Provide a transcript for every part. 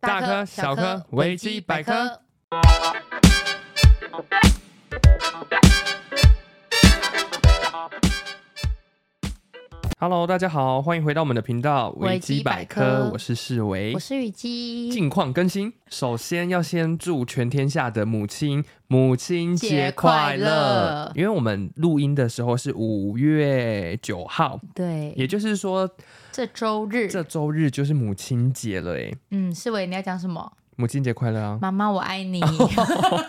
大科小科维基百科。Hello，大家好，欢迎回到我们的频道维基百科我是世维我。是雨姬，近况更新，首先要先祝全天下的母亲母亲节节快快乐乐！因为我们录音的时候是五月九号，对，也就是说这周日，这周日就是母亲节了，哎，嗯，世伟，你要讲什么？母亲节快乐 啊！妈妈，我爱你。哦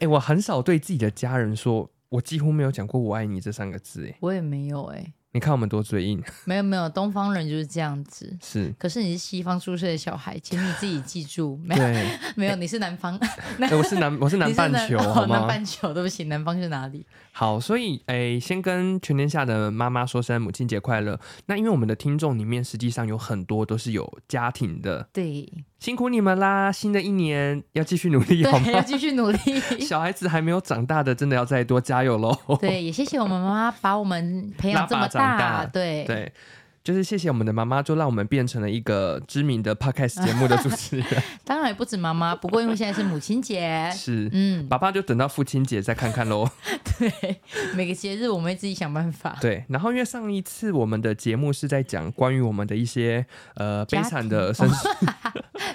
哎、我很少对自己的家人说，我几乎没有讲过“我爱你”这三个字。哎， 我也没有哎、你看我们多嘴硬，没有没有，东方人就是这样子。是可是你是西方宿舍的小孩，请你自己记 住，没有对。 没有，你是南方，哎我是南，我是 南你是半球，哦好南吗？半球，对不起，南方是哪里？好，所以诶、先跟全天下的妈妈说声母亲节快乐。那因为我们的听众里面，实际上有很多都是有家庭的， 对辛苦你们啦！新的一年要继续努力，好对，要吗？继续努 力。小孩子还没有长大的，真的要再多加油喽！对，也谢谢我们妈妈把我们培养这么拉拔长大对对，就是谢谢我们的妈妈，就让我们变成了一个知名的 podcast 节目的主持人。，当然也不止妈妈，不过因为现在是母亲节是，嗯，爸爸就等到父亲节再看看喽。 对，每个节日我们会自己想办法。对，然后因为上一次我们的节目是在讲关于我们的一些呃悲家惨庭哦的身世，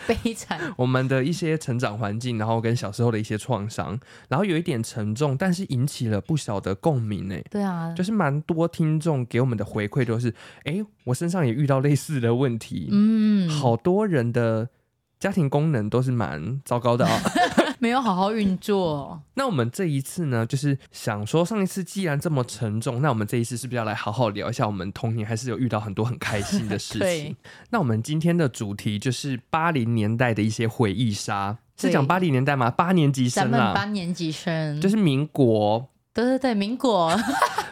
悲惨，我们的一些成长环境，然后跟小时候的一些创伤，然后有一点沉重，但是引起了不小的共鸣呢。 对啊，就是蛮多听众给我们的回馈都是，诶，我身上也遇到类似的问题， 嗯，好多人的家庭功能都是蛮糟糕的啊、没有好好运 作，那我们这一次呢，就是想说，上一次既然这么沉重，那我们这一次是不是要来好好聊一下我们童年还是有遇到很多很开心的事 情对？那我们今天的主题就是八零年代的一些回忆杀，是对讲八零年代吗？八年级咱生们啦，班年级生，就是民国，对对对，民国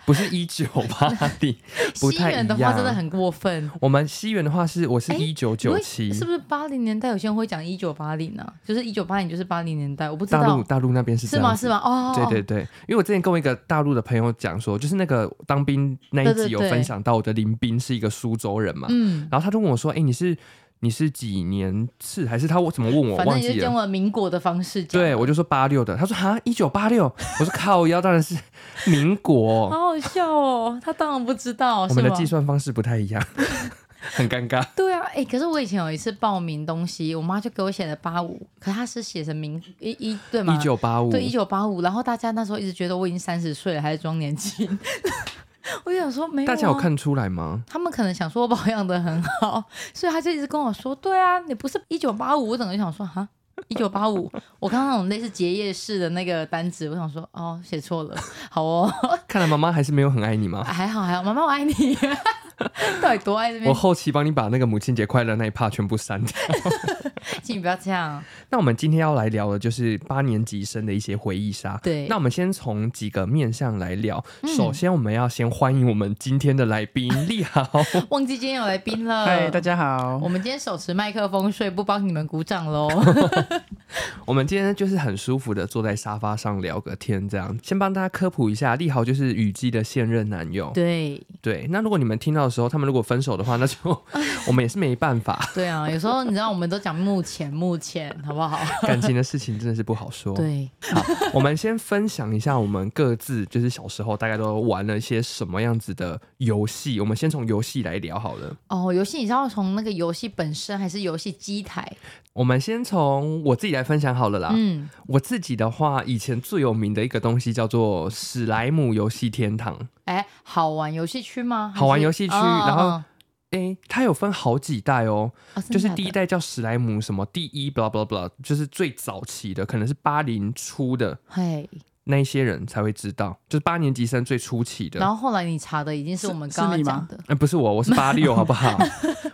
不是一九八零。 不西太一样元的话真的很过分。我们西元的话是，我是哎一九因九为七，是不是八零年代有些人会讲一九八零呢？就是一九八零就是八零年代，我不知大陆道大陆那边是这是吗？样是子。吗？哦，对对对，因为我之前跟我一个大陆的朋友讲说，就是那个当兵那一对集对有对分享到我的林斌是一个苏州人嘛，嗯，然后他就问我说：“哎、你是你是几年次？还是他怎么问我反正忘你记就用了？”我民国的方式讲，对，我就说八六的，他说哈一九八六，我说靠腰当然是民国， 好好笑哦，他当然不知道，我是们的吗计？算方式不太一样， 很尴尬。对啊，哎、可是我以前有一次报名东西，我妈就给我写了八五，可她是写成民一一对吗？一九八五，对，一九八五。然后大家那时候一直觉得我已经三十岁了，还在装年轻。 我就想说，没有、啊，大家有看出来吗？他们可能想说我保养的很好，所以他就一直跟我说：“对啊，你不是一九八五。”我整个就想说：“哈，一九八五。” 我刚刚那种类似结业式的那个单子，我想说：“哦，写错了， 好哦，看来妈妈还是没有很爱你吗？还好还好，妈妈我爱你。” 到底多爱这我边？后期帮你把那个母亲节快乐那一趴全部删掉。 请你不要这样。那我们今天要来聊的就是八年级生的一些回忆杀。对，那我们先从几个面向来聊。嗯首先，我们要先欢迎我们今天的来 宾丽豪。忘记今天有来宾了。嗨，大家好我。们今天手持麦克风，所以不帮你们鼓掌 喽。我们今天就是很舒服的坐在沙发上聊个天，这样。先帮大家科普一下，立豪就是雨姬的现任男友。对对，那如果你们听到的时候，他们如果分手的话，那 就我们也是没办法，对啊，有时候你知道，我们都讲目前目前，好不 好？感情的事情真的是不好说。对，我们先分享一下我们各自就是小时候大概都玩了一些什么样子的游戏。我们先从游戏来聊好了。哦，游戏你知道从那个游戏本身还是游戏机台？我们先从我自己来分享好了啦。嗯，我自己的话，以前最有名的一个东西叫做史莱姆游戏天堂。哎，好玩游戏区吗？还是好玩游戏区哦然后哦诶，它有分好几代哦，哦就是真的第一假代叫史莱姆什么第一 blah blah blah，就是最早期的，可能是八零初的的嘿，那一些人才会知道，就是八年级生最初期的。然后后来你查的已经是我们是刚是刚你讲吗的，呃不是我，我是八 六，好不好？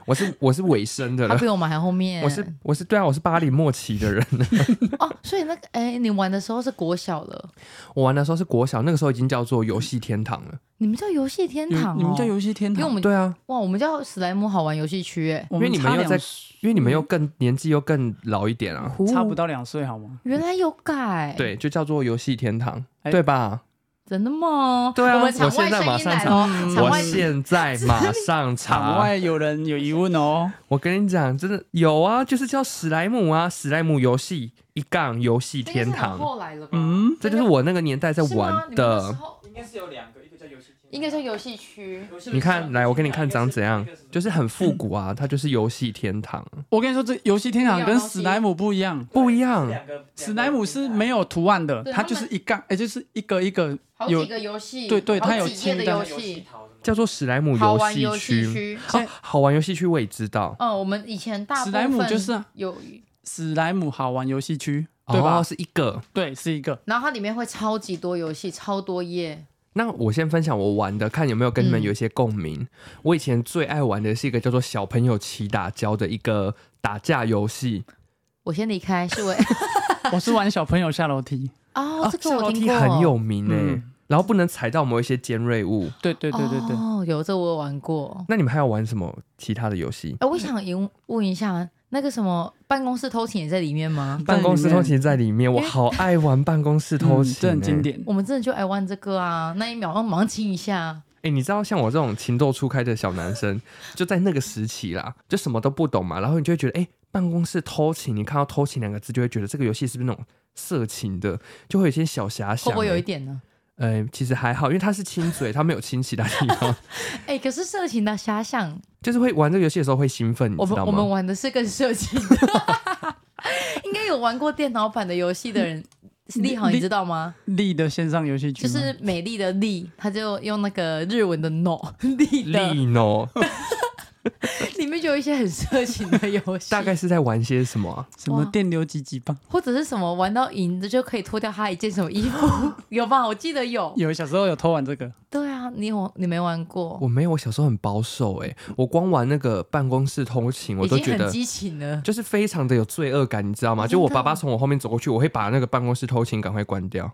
我是我是尾声的他了，啊比我们还后面。我是我是对啊，我是八零末期的人。 哦，所以那个哎，你玩的时候是国小了，我玩的时候是国小，那个时候已经叫做游戏天堂了。你们叫游戏天你堂哦，你们叫游戏天因为堂？我们对啊，哇，我们叫史莱姆好玩游戏区哎，我因为你们差又两在因为你们又更年纪又更老一点嗯啊。差不到两岁好吗？原来有改，对，就叫做游戏天堂，哎对吧？真的吗？对啊我们场外声音来了，场嗯我外现在马上场查。外有人有疑问哦，我跟你讲，真的有啊，就是叫史莱姆啊，史莱姆游戏一杠游戏天应该是很堂，后来了吧？嗯，这就是我那个年代在是吗玩，你们那时的。候应该是有两个，一个叫游戏厅，啊应该叫游戏区。游戏厅你看，来我给你看长怎样，就是是很复古啊，它就是游戏天堂，我跟你说，这游戏天堂跟史莱姆不一样，不一样。两个。史莱姆是没有有图案的，对它他们就是一杠，哎，就是一个一个好有几个游戏，对对它有好几页的清单游戏，叫做史莱姆好游玩游戏戏区。区。现哦在，好玩游戏区我也知道，嗯，我们以前大部史分莱姆就是啊有，史莱姆好玩游戏区，对吧哦，？是一个。对，是一个。然后它里面会超级多游戏，超多页。那我先分享我玩的，看有没有跟你们嗯有一些共鸣。我以前最爱玩的是一个叫做《小朋友骑打交》的一个打架游戏，我先离开，是 我我是玩小朋友下楼梯，哦，啊这下个我楼听梯过，很有名诶、嗯然后不能踩到某一些尖锐物。对对对对对，哦，有这我有玩过。那你们还要玩什么其他的游戏？哎，我想问问一下，那个什么办公室偷情也在里面 吗？办公室偷情在里面，因我为好爱玩办公室偷欸情、嗯这很经。典。我们真的就爱玩这个啊！那一秒要忙亲一下，哎、你知道像我这种情窦初开的小男生， 就在那个时期啦，就什么都不懂嘛，然后你就会觉得，哎、办公室偷情，你看到偷情两个字，就会觉得这个游戏是不是那种色情的，就会有一些小遐想、会不欸会有一诶？点呢？呃，其实还好，因为它是亲嘴，它没有亲其他地方， 哎，可是色情的遐想，就是会玩这个游戏的时候会兴奋，你我知们道我们吗？玩的是更色情的， 应该有玩过电脑版的游戏的人，利好你知道吗？力的线上游戏区就吗，嗯是美丽的丽，他就用那个日文的 no 丽的，利诺里面就有一些很色情的游戏，大概是在玩些什么啊、什么哇电流几几棒，或者是什么玩到赢的就可以脱掉他一件什么衣 服，有吧？我记得有。有小时候有偷玩这个，对啊，你有你没玩过，我没有，我小时候很保守、诶，我光玩那个办公室偷情，我已都经觉很得激情了。就是非常的有罪恶感，你知道吗？真的就我爸爸从我后面走过去，我会把那个办公室偷情赶快关 掉。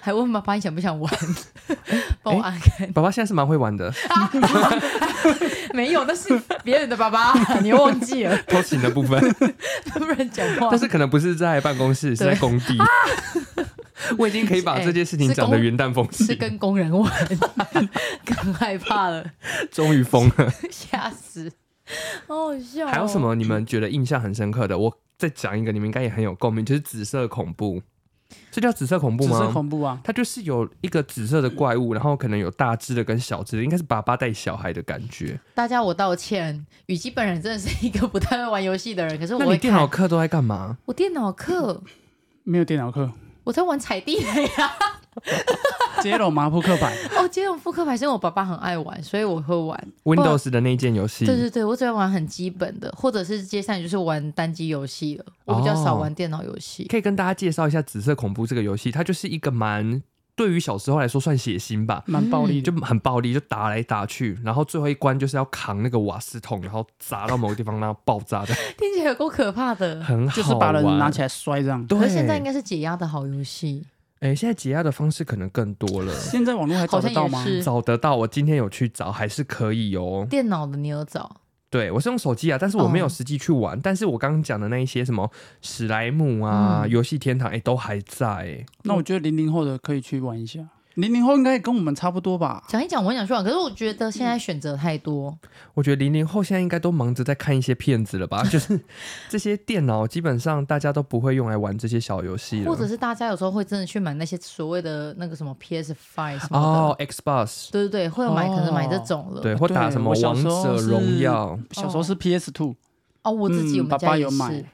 还问爸爸你想不 想玩？帮我按 开。爸爸现在是蛮会玩的，没有，那是别人的爸 爸，你又忘记了，偷情的 部分，不然讲话。但是可能不是在办公室，是在工 地。我已经可以把这件事情讲得云淡风哎是轻，跟工人玩，更害怕了，终于疯了。吓死！好好笑、哦还有什？么你们觉得印象很深刻的？我再讲一个，你们应该也很有共鸣，就是紫色恐怖。这叫紫色恐怖只是吗？恐怖啊，它就是有一个紫色的怪物，然后可能有大只的跟小只的，应该是爸爸带小孩的感觉。大家，我道歉，雨姬本人真的是一个不太会玩游戏的人，可是我那会你看电脑课都在干嘛？我电脑课，没有电 脑课，我在玩踩地雷啊！接龙麻扑克牌，哦，这种扑克牌是我爸爸很爱玩，所以我会玩。 Windows 的那一件游戏，对对对，我只会玩很基本的，或者是接下来就是玩单机游戏了。我比较少玩电脑游戏。可以跟大家介绍一下《紫色恐怖》这个游戏，它就是一个蛮对于小时候来说算血腥吧，蛮暴力就的，很暴力，就打来打去，然后最后一关就是要扛那个瓦斯桶，然后砸到某个地方，然后爆炸的，听起来有够可怕的，很欸好就是把人拿起来。来摔这样。对，可是现在应该是解压的好游戏。哎，现在解压的方式可能更多了，现在网络还找得到吗好像？也是找得到。我今天有去找，还是可以哦。电脑的你有找？对我是用手机啊，但是我没有哦实际去玩。但是我刚刚讲的那一些什么史莱姆啊、嗯游戏天堂，哎，都还在。哎那我觉得零零后的可以去玩一下，零零后应该跟我们差不多吧？讲一讲，我很想去玩，可是我觉得现在选择太多。我觉得零零后现在应该都忙着在看一些片子了吧？就是这些电脑基本上大家都不会用来玩这些小游戏了，或者是大家有时候会真的去买那些所谓的那个什么 PS Five 什么的，呃哦，Xbox 对对对，会买、可能买这哦种了。对，或打对什么我小王时候者是荣耀。小时候是 PS Two，哦，我自己、嗯我们爸家爸也有买是，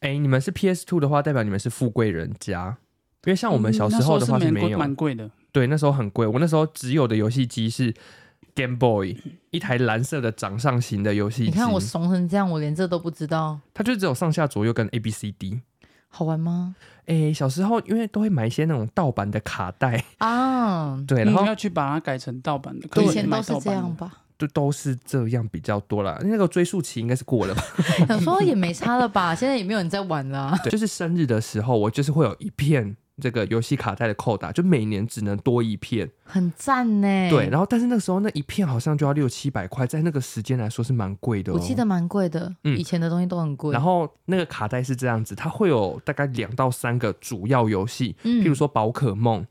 哎，你们是 PS Two 的话，代表你们是富贵人家，因为像我嗯们小时候的话是没有。蛮贵的，对，那时候很贵，我那时候只有的游戏机是 Game Boy，一台蓝色的掌上型的游戏机。你看我怂成这样，我连这都不知道，它就只有上下左右跟 A B C D。好玩吗？哎，小时候因为都会买一些那种盗版的卡带，啊，对，然你后要去把它改成盗版的，可以以前买都是盗这版样的。吧？就都是这样比较多啦。那个追溯期应该是过了吧？想说也没差了吧， 现在也没有人在玩了啊、对就是生日的时候，我就是会有一片这个游戏卡带的扣打，就每年只能多一片。很赞呢。对，然后但是那时候那一片好像就要六七百块，在那个时间来说是蛮贵的、哦。我记得。蛮贵的，嗯以前的东西都很贵。然，后那个卡带是这样子，它会有大概两到三个主要游戏，嗯譬如说宝可梦、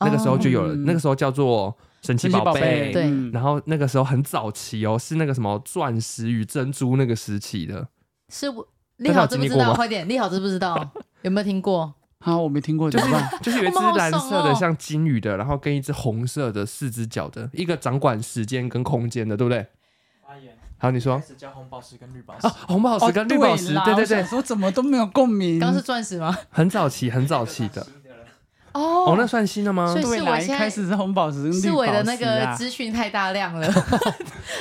那个时候就有了，哦那个时候叫做神奇神奇宝宝贝。对嗯然后那个时候很早期哦，是那个什么钻石与珍珠那个时期的，是我大家立好有知经不历知过道？吗快点，立好知不知道？有没有听过？好，我没听过，怎么办？就是有一只我们好蓝色怂的哦像金鱼的，然后跟一只红色的四只脚的，一个掌管时间跟空间的，对不对？发言好，你说 开始叫红宝石跟绿宝石啊，，红宝石跟绿宝石，哦对啦对我想对，说怎么都没有共鸣。刚刚是钻石吗？很早期很早期的，哦，那哦，算新的吗所？以对是啦，我一现在开始是红宝石跟绿是宝我石的那个啊资讯太大量了，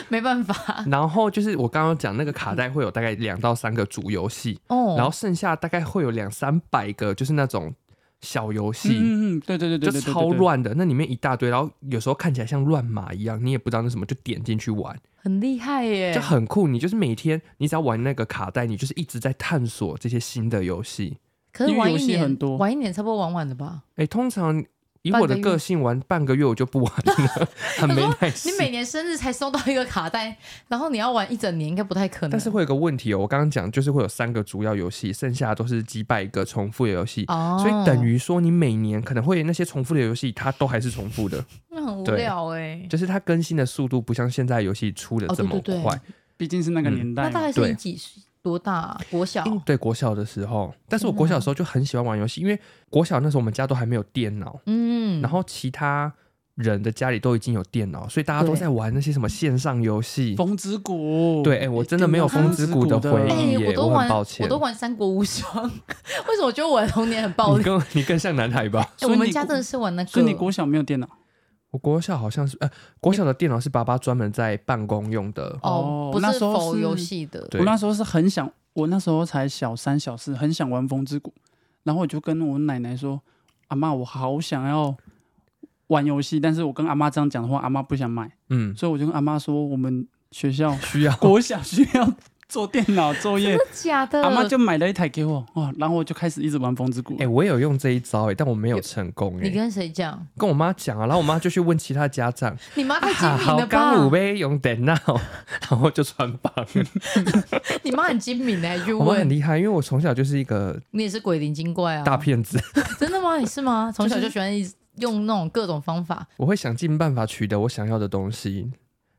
没办法。然后就是我刚刚讲那个卡带会有大概两到三个主游戏，哦，然后剩下大概会有两三百个就是那种小游戏。嗯嗯嗯，对对对对就对，对超。乱的，那里面一大堆，然后有时候看起来像乱码一样，你也不知道那什么，就点进去玩，很厉害耶，就很酷。你就是每天，你只要玩那个卡带，你就是一直在探索这些新的游戏。可是因为玩游一戏年很多玩一年差不多玩完了吧？哎，通常以半我个的月个性，玩半个月我就不玩了，很没耐 你心。每年生日才收到一个卡带，然后你要玩一整年，应该不太可能。但是会有个问题哦，我刚刚讲就是会有三个主要游戏，剩下都是几百个重复的游戏，哦，所以等于说你每年可能会那些重复的游戏，它都还是重复的，那很无对聊哎。就是它更新的速度不像现在游戏出的哦这对么快。对对毕竟是那个嗯年代那嘛，大概是对你几岁？多大啊？国小？因对国小的时候，但是我国小的时候就很喜欢玩游戏，因为国小那时候我们家都还没有电脑，嗯，然后其他人的家里都已经有电脑，所以大家都对在玩那些什么线上游戏。风之谷。对，哎，我真的没有风之谷的回哎、忆我耶，都我玩很抱歉我都。玩三国无双， 为什么我觉得我的童年很暴你力？更你更像男孩吧？哎所以我你们家真的是玩那个，所以你国小没有电脑我国小好像是，呃，国小的电脑是爸爸专门在办公用的，哦哦，不那是时候否是游戏的，对我那时候是很想，我那时候才小三小四，很想玩风之谷，然后我就跟我奶奶说：“阿妈，我好想要玩游戏。”但是我跟阿妈这样讲的话，阿妈不想买，嗯，所以我就跟阿妈说：“我们 学校需 要国小需要做电脑作业。假”的。阿妈就买了一台给我，哇，然后我就开始一直玩风之谷。哎、我也有用这一招哎、但我没有成功哎、你跟谁讲？跟我妈讲啊，然后我妈就去问其他家长，你妈太精啊、明好了刚吧？五杯用 电脑，然后就穿帮了。你妈很精明的， 还去我妈很问。厉害，因为我从小就是一个你也是鬼灵精怪啊！大骗子， 真的吗？你是吗？从小就就是喜欢一直用那种各种方法。我会想尽办法取得我想要的东西。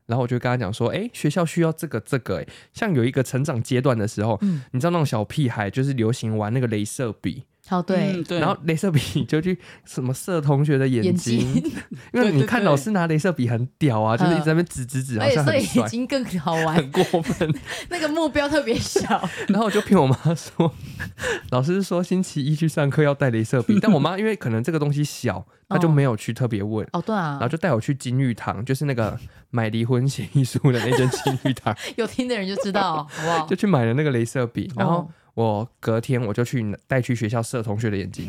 然后我就跟她讲说，哎、学校需要这个这个、哎，像有一个成长阶段的时候，嗯，你知道那种小屁孩就是流行玩那个镭射笔，好，嗯对，对，然后镭射笔就去什么射同学的眼眼睛，睛 因为对你对看对老师拿镭射笔很屌啊，就是一直在那边指指指，好而且嗯像所很以帅已，经更好玩，很过分。 那个目标特别 小。然后我就骗我妈说， 老师说星期一去上课要带镭 射笔，但我妈因为可能这个东西小，她就哦没有去特别问。哦，对啊然后，就带我去金玉堂，就是那个买离婚协议书的那间金 玉堂，有听的人就知道，好不好就？去买了那个镭射笔。然后哦我隔天我就去带去学校射同学的眼睛。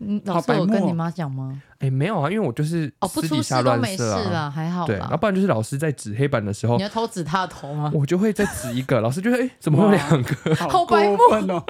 嗯老好师白有跟目你哦妈讲吗？哎，没有啊，因为我就是哦，不私出底事下都乱没事射啊。啦，还好对，然后吧。不然就是老师在指黑板的时候你，要偷指他的头吗？ 我就会在指一个，老师就会哎、怎么会有两个？好白目过分哦！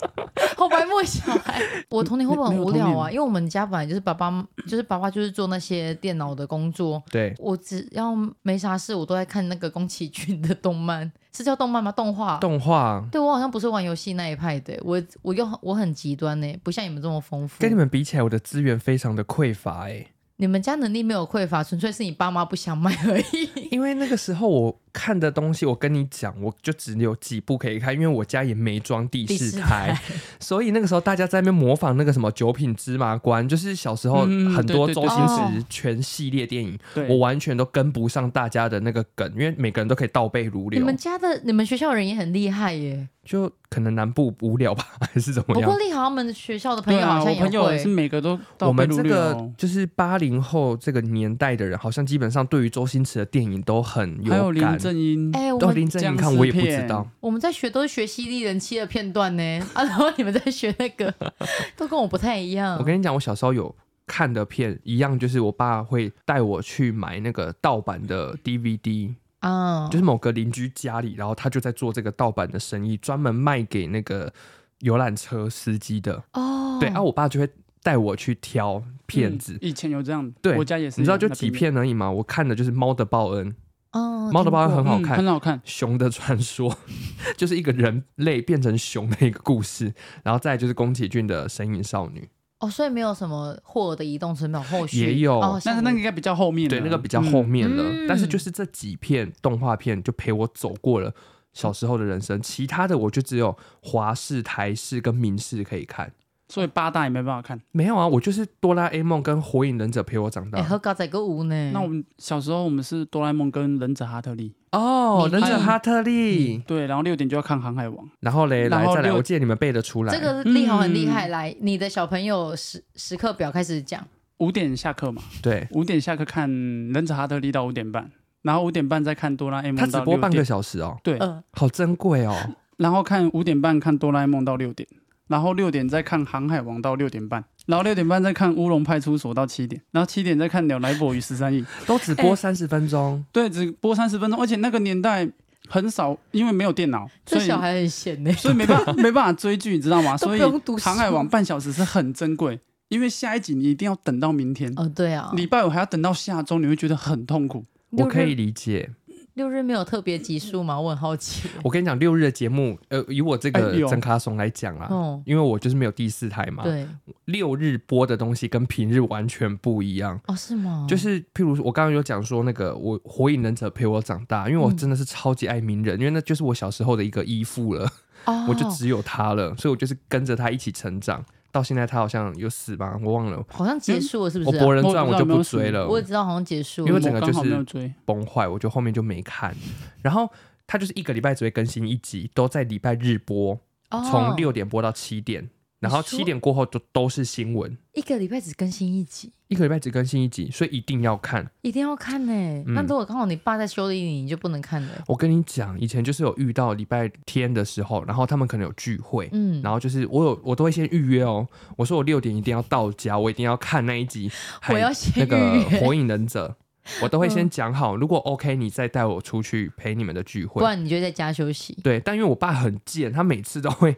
好白目小 孩，我童年会不会很无没聊有童啊？年因为我们家本来就是爸爸，就是爸爸就是做那些电脑的工作，对，我只要没啥事，我都在看那个宫崎骏的动漫，是叫动漫吗？动画。动画对我好像不是玩游戏那一派的，欸我我又很我很极端呢，不像你们这么丰富。跟你们比起来，我的资源非常的匮乏哎、你们家能力没有匮乏，纯粹是你爸妈不想买而已。因为那个时候我看的东西，我跟你讲，我就只有几部可以看，因为我家也没装第第四四台， 所以那个时候大家在那边模仿那个什么《九品芝麻官》，就是小时候嗯很多对对哦周对星哦驰全系列电影，对，我完全都跟不上大家的那个梗，因为每个人都可以倒背如你流们，家的你们学校人也很厉害耶，就可能南部无聊吧，还是怎么不样过？丽豪他们学校的朋对友啊，好像我也朋友也会是。每个都我倒背们如这流个哦。就是八零后这个年代的人，好像基本上对于周星驰的电影都很还有有林感。正英，哎、我到们林正英僵看尸我也不知片道，我们在学都是学《犀利人妻》的片段呢，啊，然后你们在学那个， 都跟我不太一样。我跟你讲，我小时候有看的片一样，就是我爸会带我去买那个盗版的 DVD，啊，就是某个邻居家里，然后他就在做这个盗版的生意，专门卖给那个游览车司机的。哦，对，啊，我爸就会带我去挑片子嗯。以前有这样，对我家也是有，你知道就那几边有片而已嘛，我看的就是《猫的报恩》，哦《猫的报恩》很听过好嗯看很，好看。熊的传说， 就是一个人类变成熊的一个故事，然后再来就是宫崎骏的《神隐少女》哦，所以没有什么霍尔的移动城堡后续也有哦，但是那个应该比较后面啊，对，那个比较后面了。嗯但是就是这几片动画片就陪我走过了小时候的人生，其他的我就只有华视、台视跟民视可以看。所以八大也没办法看。没有啊，我就是哆啦 A 梦跟火影忍者陪我长大哎，。和搞仔个舞嗯呢？那我们小时候我们是哆啦 A 梦跟忍者哈特利，哦，你忍者看哈特嗯利，对，然后六点就要看航海王，然后嘞，然来后再来，六我记得你们背得出来。嗯这个立豪很厉害，来，你的小朋友时时刻表开始讲，五点下课嘛，对，五点下课看忍者哈特利到五点半，然后五点半再看哆啦 A 它梦只到播六半个点，小时哦，对，嗯，好珍 贵哦。然后看五点半看哆啦 A 梦到六点，然后六点再看航海王到六点半，然后六点半再看乌龙派出所到七点，然后七点再看鸟来伯与十三亿，都只哎播三十分钟，对，只播三十分钟，而且那个年代很少，因为没有电脑，这所以小孩很闲呢，所以没办法没办法追剧，你知道吗？都不所以用读书航海王半小时是很珍贵，因为下一集你一定要等到明天， 哦，对啊，礼拜五还要等到下周，你会觉得很痛苦。六我日可以嗯理解。六日没有特别集数吗？我很好奇。我跟你讲，六日的节目，呃，以我这哎个有真卡怂来讲啦，哦，因为我就是没有第四台嘛，对，六日播的东西跟平日完全不一样。哦，是吗？就是，譬如说我刚刚有讲说那个我《火影忍者》陪我长大，因为我嗯真的是超级爱鸣人，因为那就是我小时候的一个依附了，哦，我就只有他了，所以我就是跟着他一起成长。到现在他好像有死吧，我忘了。好像结束了，是不我《是啊？博人传》我不知就道有没不有死追了，我也知道好像结束因为了。整个我就是刚好没有追，崩坏，我就后面就没看。然后他就是一个礼拜只会更新一集，都在礼拜日播，哦从六点播到七点，然后你说七点过后就都是新闻，一个礼拜只更新一集，一个礼拜只更新一集，所以一定要看。一定要看呢。嗯那如果刚好你爸在修理你，你就不能看了。我跟你讲，以前就是有遇到礼拜天的时候，然后他们可能有聚会。嗯，然后就是我有我都会先预约哦，我说我六点一定要到家，我一定要看那一集，还我要先那个预约嗯火影忍者，我都会先讲好，如果 OK 你再带我出去陪你们的聚会不，然你就在家休息。对，但因为我爸很贱，他每次都会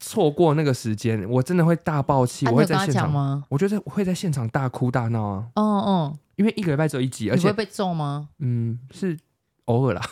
错过那个时间，我真的会大爆气，啊，我你会有在跟他现讲场，吗？我觉得会在现场大哭大闹啊，哦哦，因为一个礼拜只有一集，而你会且被揍吗？嗯是偶尔啦，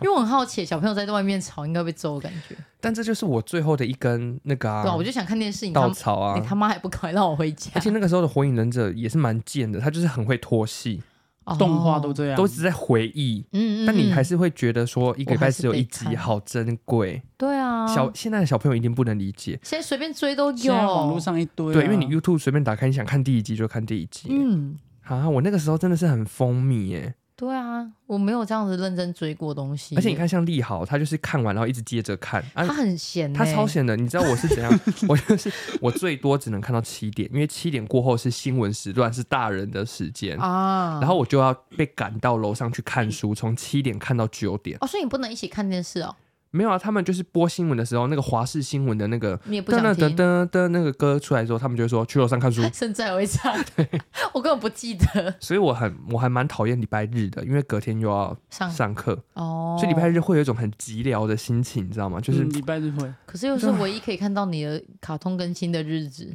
因为我很好奇，小朋友在外面吵应该会被揍的感觉。但这就是我最后的一根那个啊对啊，我就想看电视，你他稻妈草啊你。他妈还不赶快让我回家而？且那个时候的火影忍者也是蛮贱的，他就是很会拖戏，哦动画都这样，都只在回忆。嗯嗯，但你嗯还是会觉得说一个礼拜只有一我还集，是得看好珍贵。对啊，小现在的小朋友一定不能理解，现在随便追都有，现在网络上一堆啊、对，因为你 YouTube 随便打开，你想看第一集就看第一集。嗯，啊，我那个时候真的是很风靡耶，对啊，我没有这样子认真追过东西，而且你，看像利豪，他就是看完然后一直接着看，啊他，很闲欸，他超闲的，你知道我是 怎样？我就是我最多只能看到七点，因为七点过后是新闻时段，是大人的时间，啊，然后我就要被赶到楼上去看书，从七点看到九点。哦，所以你不能一起看电视哦，没有啊，他们就是播新闻的时候，那个华视新闻的那个你也不噔想噔噔听。。噔噔那个歌出来之后，他们就会说去楼上看书 甚至还会唱， 我根本不记得所以我很我还蛮讨厌礼拜日的，因为隔天又要上上课，哦。所以礼拜日会有一种很寂寥的心情，你知道吗？就是嗯礼拜日会，可是又啊是唯一可以看到你的卡通更新的日子。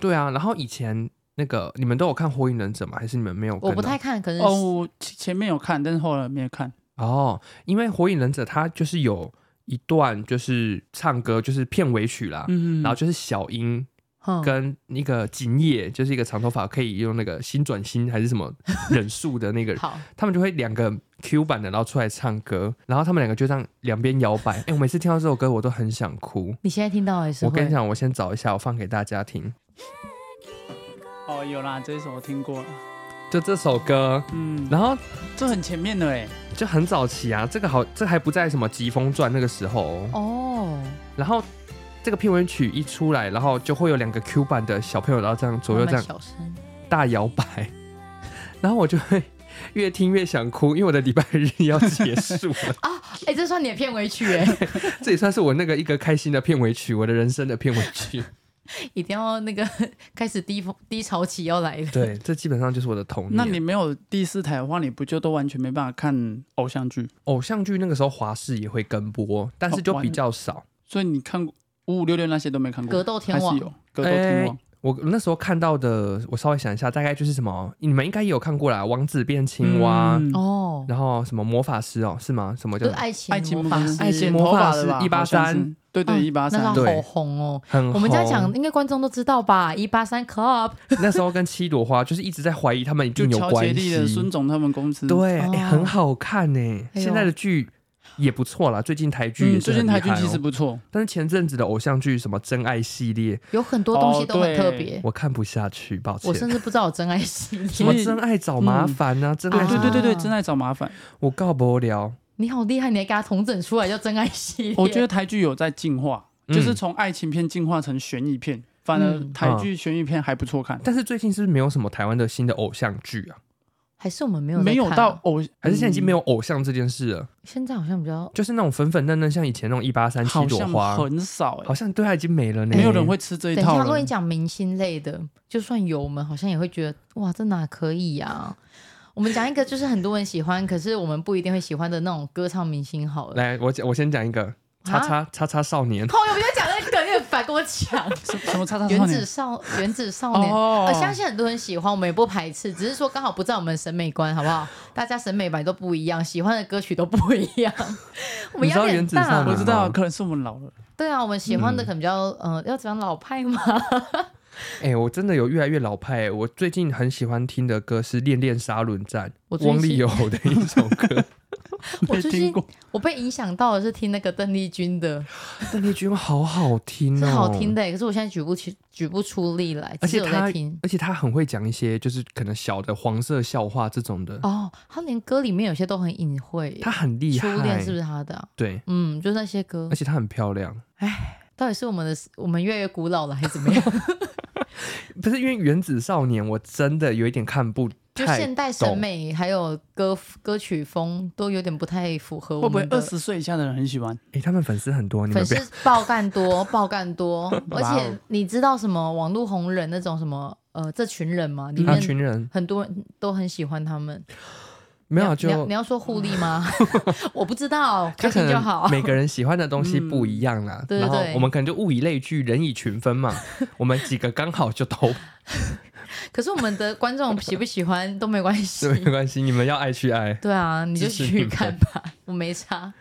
对啊，然后以前那个你们都有看《火影忍者》吗？还是你们没有跟到？我不太看，可能哦，我前前面有看，但是后来没有看，哦，因为《火影忍者》它就是有一段就是唱歌，就是片尾曲啦，嗯，啊然后就是小樱哼跟那个锦野，就是一个长头发可以用那个心转心还是什么忍术的那 个人，好，他们就会两个 Q 版的，然后出来唱歌，然后他们两个就这样两边摇摆。哎、我每次听到这首歌，我都很想哭。你现在听到还是我跟会你讲，我先找一下，我放给大家听。哦有啦，这一首我听过了，就这首歌，嗯，然后这很前面的哎，就很早期啊，这个好，这还不在什么《疾风传》那个时候哦、哦，然后这个片尾曲一出来，然后就会有两个 Q 版的小朋友，然后这样左右慢慢这样小声，大摇摆，然后我就会越听越想哭，因为我的礼拜日要结束 了，哎，这算你的片尾曲 哎，这也算是我那个一个开心的片尾曲，我的人生的片尾曲。一定要那个开始低峰低潮期要来 了。对，这基本上就是我的童年。那你没有第四台的话，你不就都完全没办法看偶像剧？偶像剧那个时候华视也会跟播，但哦是就比较少。所以你看过五五六六那些都没看过，格斗天还王是有格哎斗天王，我那时候看到的，我稍微想一下，大概就是什么，你们应该也有看过啦，《王啊子变青蛙》嗯哦，然后什么魔法师哦，是吗？什么就叫是爱情爱情魔法魔法师，师爱情剪魔头法发师的吧一八好像三是？对对，嗯一八那时三对，候好红哦。很红我们家讲，应该观众都知道吧？一八三 Club，那时候跟七朵花就是一直在怀疑他们一就定有乔关杰利的孙系。总他们公司。嗯对、哦哎很好看呢、哎呦现在的剧也不错啦，最近台剧也是嗯，最很近厉害台哦、剧其实不错，但是前阵子的偶像剧什么《真爱》系列，有很多东西都很特嗯哦别。我看不下去，抱歉我。甚至不知道有真爱系什列。么真爱找麻烦啊，真爱啊嗯对什对么对对，啊真爱找麻 烦。我告不了， 你好厉害，你还给他重整出来叫真爱系列。我觉得台剧有在进化，就是嗯从爱情片进化成悬疑片，反而嗯台剧悬疑片还不错看，但是最近是不是没有什么台湾的新的偶像剧啊？还是我们没有在没有看啊到偶，还是现在已经没有有偶像这件事了？现在好像比较就是那种粉粉嫩嫩，像以前那种一八三七好朵像花，很少好哎，像对他已经没了呢。没有人会吃这一等一套下，如果了你。讲明星类的，就算有，我们好像也会觉得哇，这哪可以呀、我们讲一个就是很多人喜欢，可是我们不一定会喜欢的那种歌唱明星好了。来，我讲我先讲一个叉叉啊叉叉少年，后面不要讲那个，你很烦跟我 讲什什么叉叉原少子年少原子少年。哦我，相信很多人喜欢，我们也不排斥，只是说刚好不在我们审美观，好不好？大家审美观都不一样，喜欢的歌曲都不一 样。我们你知道压力原很子少大年，我知道，啊嗯可能是我们老 了。对啊，我们喜欢的可能比较，呃，要讲老派嘛。 哎、我真的有越来越老派、我最近很喜欢听的歌是《恋恋沙轮战我》，最汪近丽友的一首 歌。我没最听近过，我被影响到的是听那个邓丽君的，邓丽君好好听是哦，好听的欸、可是我现在举不起，举不出力来，而只是且有他在听。而且他很会讲一些就是可能小的黄色笑话这种的，哦，他连歌里面有些都很隐晦欸。他很厉害。初恋是不是他的啊、对，嗯，就那些歌而，且他很漂亮。到底是我们的我们越来越古老了，还是怎么样？ 不是因为《原子少年》，我真的有一点看不就太现代审美还有歌歌曲风都有点不太符合会我不会们的。二十岁以下的人很喜欢？哎、他们粉丝很多，你粉们不丝要。爆干多，爆干 多，而哇且哦你知道什么网络红人那种什么呃这群人吗？里嗯那面群人很多人都很喜欢他们。没你要有啊你要就你要说互利 吗？我不知道，开就可心就能好。嗯每个人喜欢的东西不一样啦，对对然后对我们可能就物以类聚，人以群分 嘛。我们几个刚好就都可是我们的观众喜不喜欢都没关系 对，。没关系，你们要爱去爱。对啊，你就支持你去们看吧，我没差。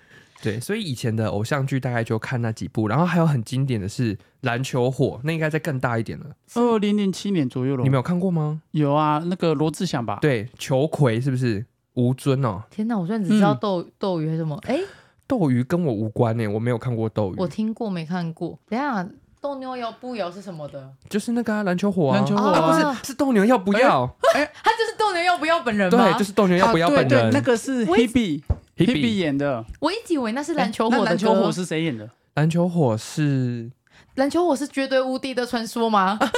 对，所以以前的偶像剧大概就看那几部，然后还有很经典的是《篮球火》，那应该再更大一点了。二零零七年左右了你，们有看过吗？有啊，那个罗志祥吧？对，球魁是不是吴尊哦？天哪，我居然只知道嗯斗斗鱼还是什么？哎，斗鱼跟我无关呢、我没有看过斗鱼我，听过没看过？等一下，斗牛摇不摇是什么的？就是那个啊篮、球火啊，篮球火啊啊不是是斗牛要不要？他就是斗牛摇不要本人吗？对，就是斗牛要不要本人。啊对对，那个是我一 Hebe Hebe Hebe 演的。我一直以为那是篮球火那的篮球歌哦火。是谁演的？篮球火是，篮球火是绝对无敌的传说吗？ 啊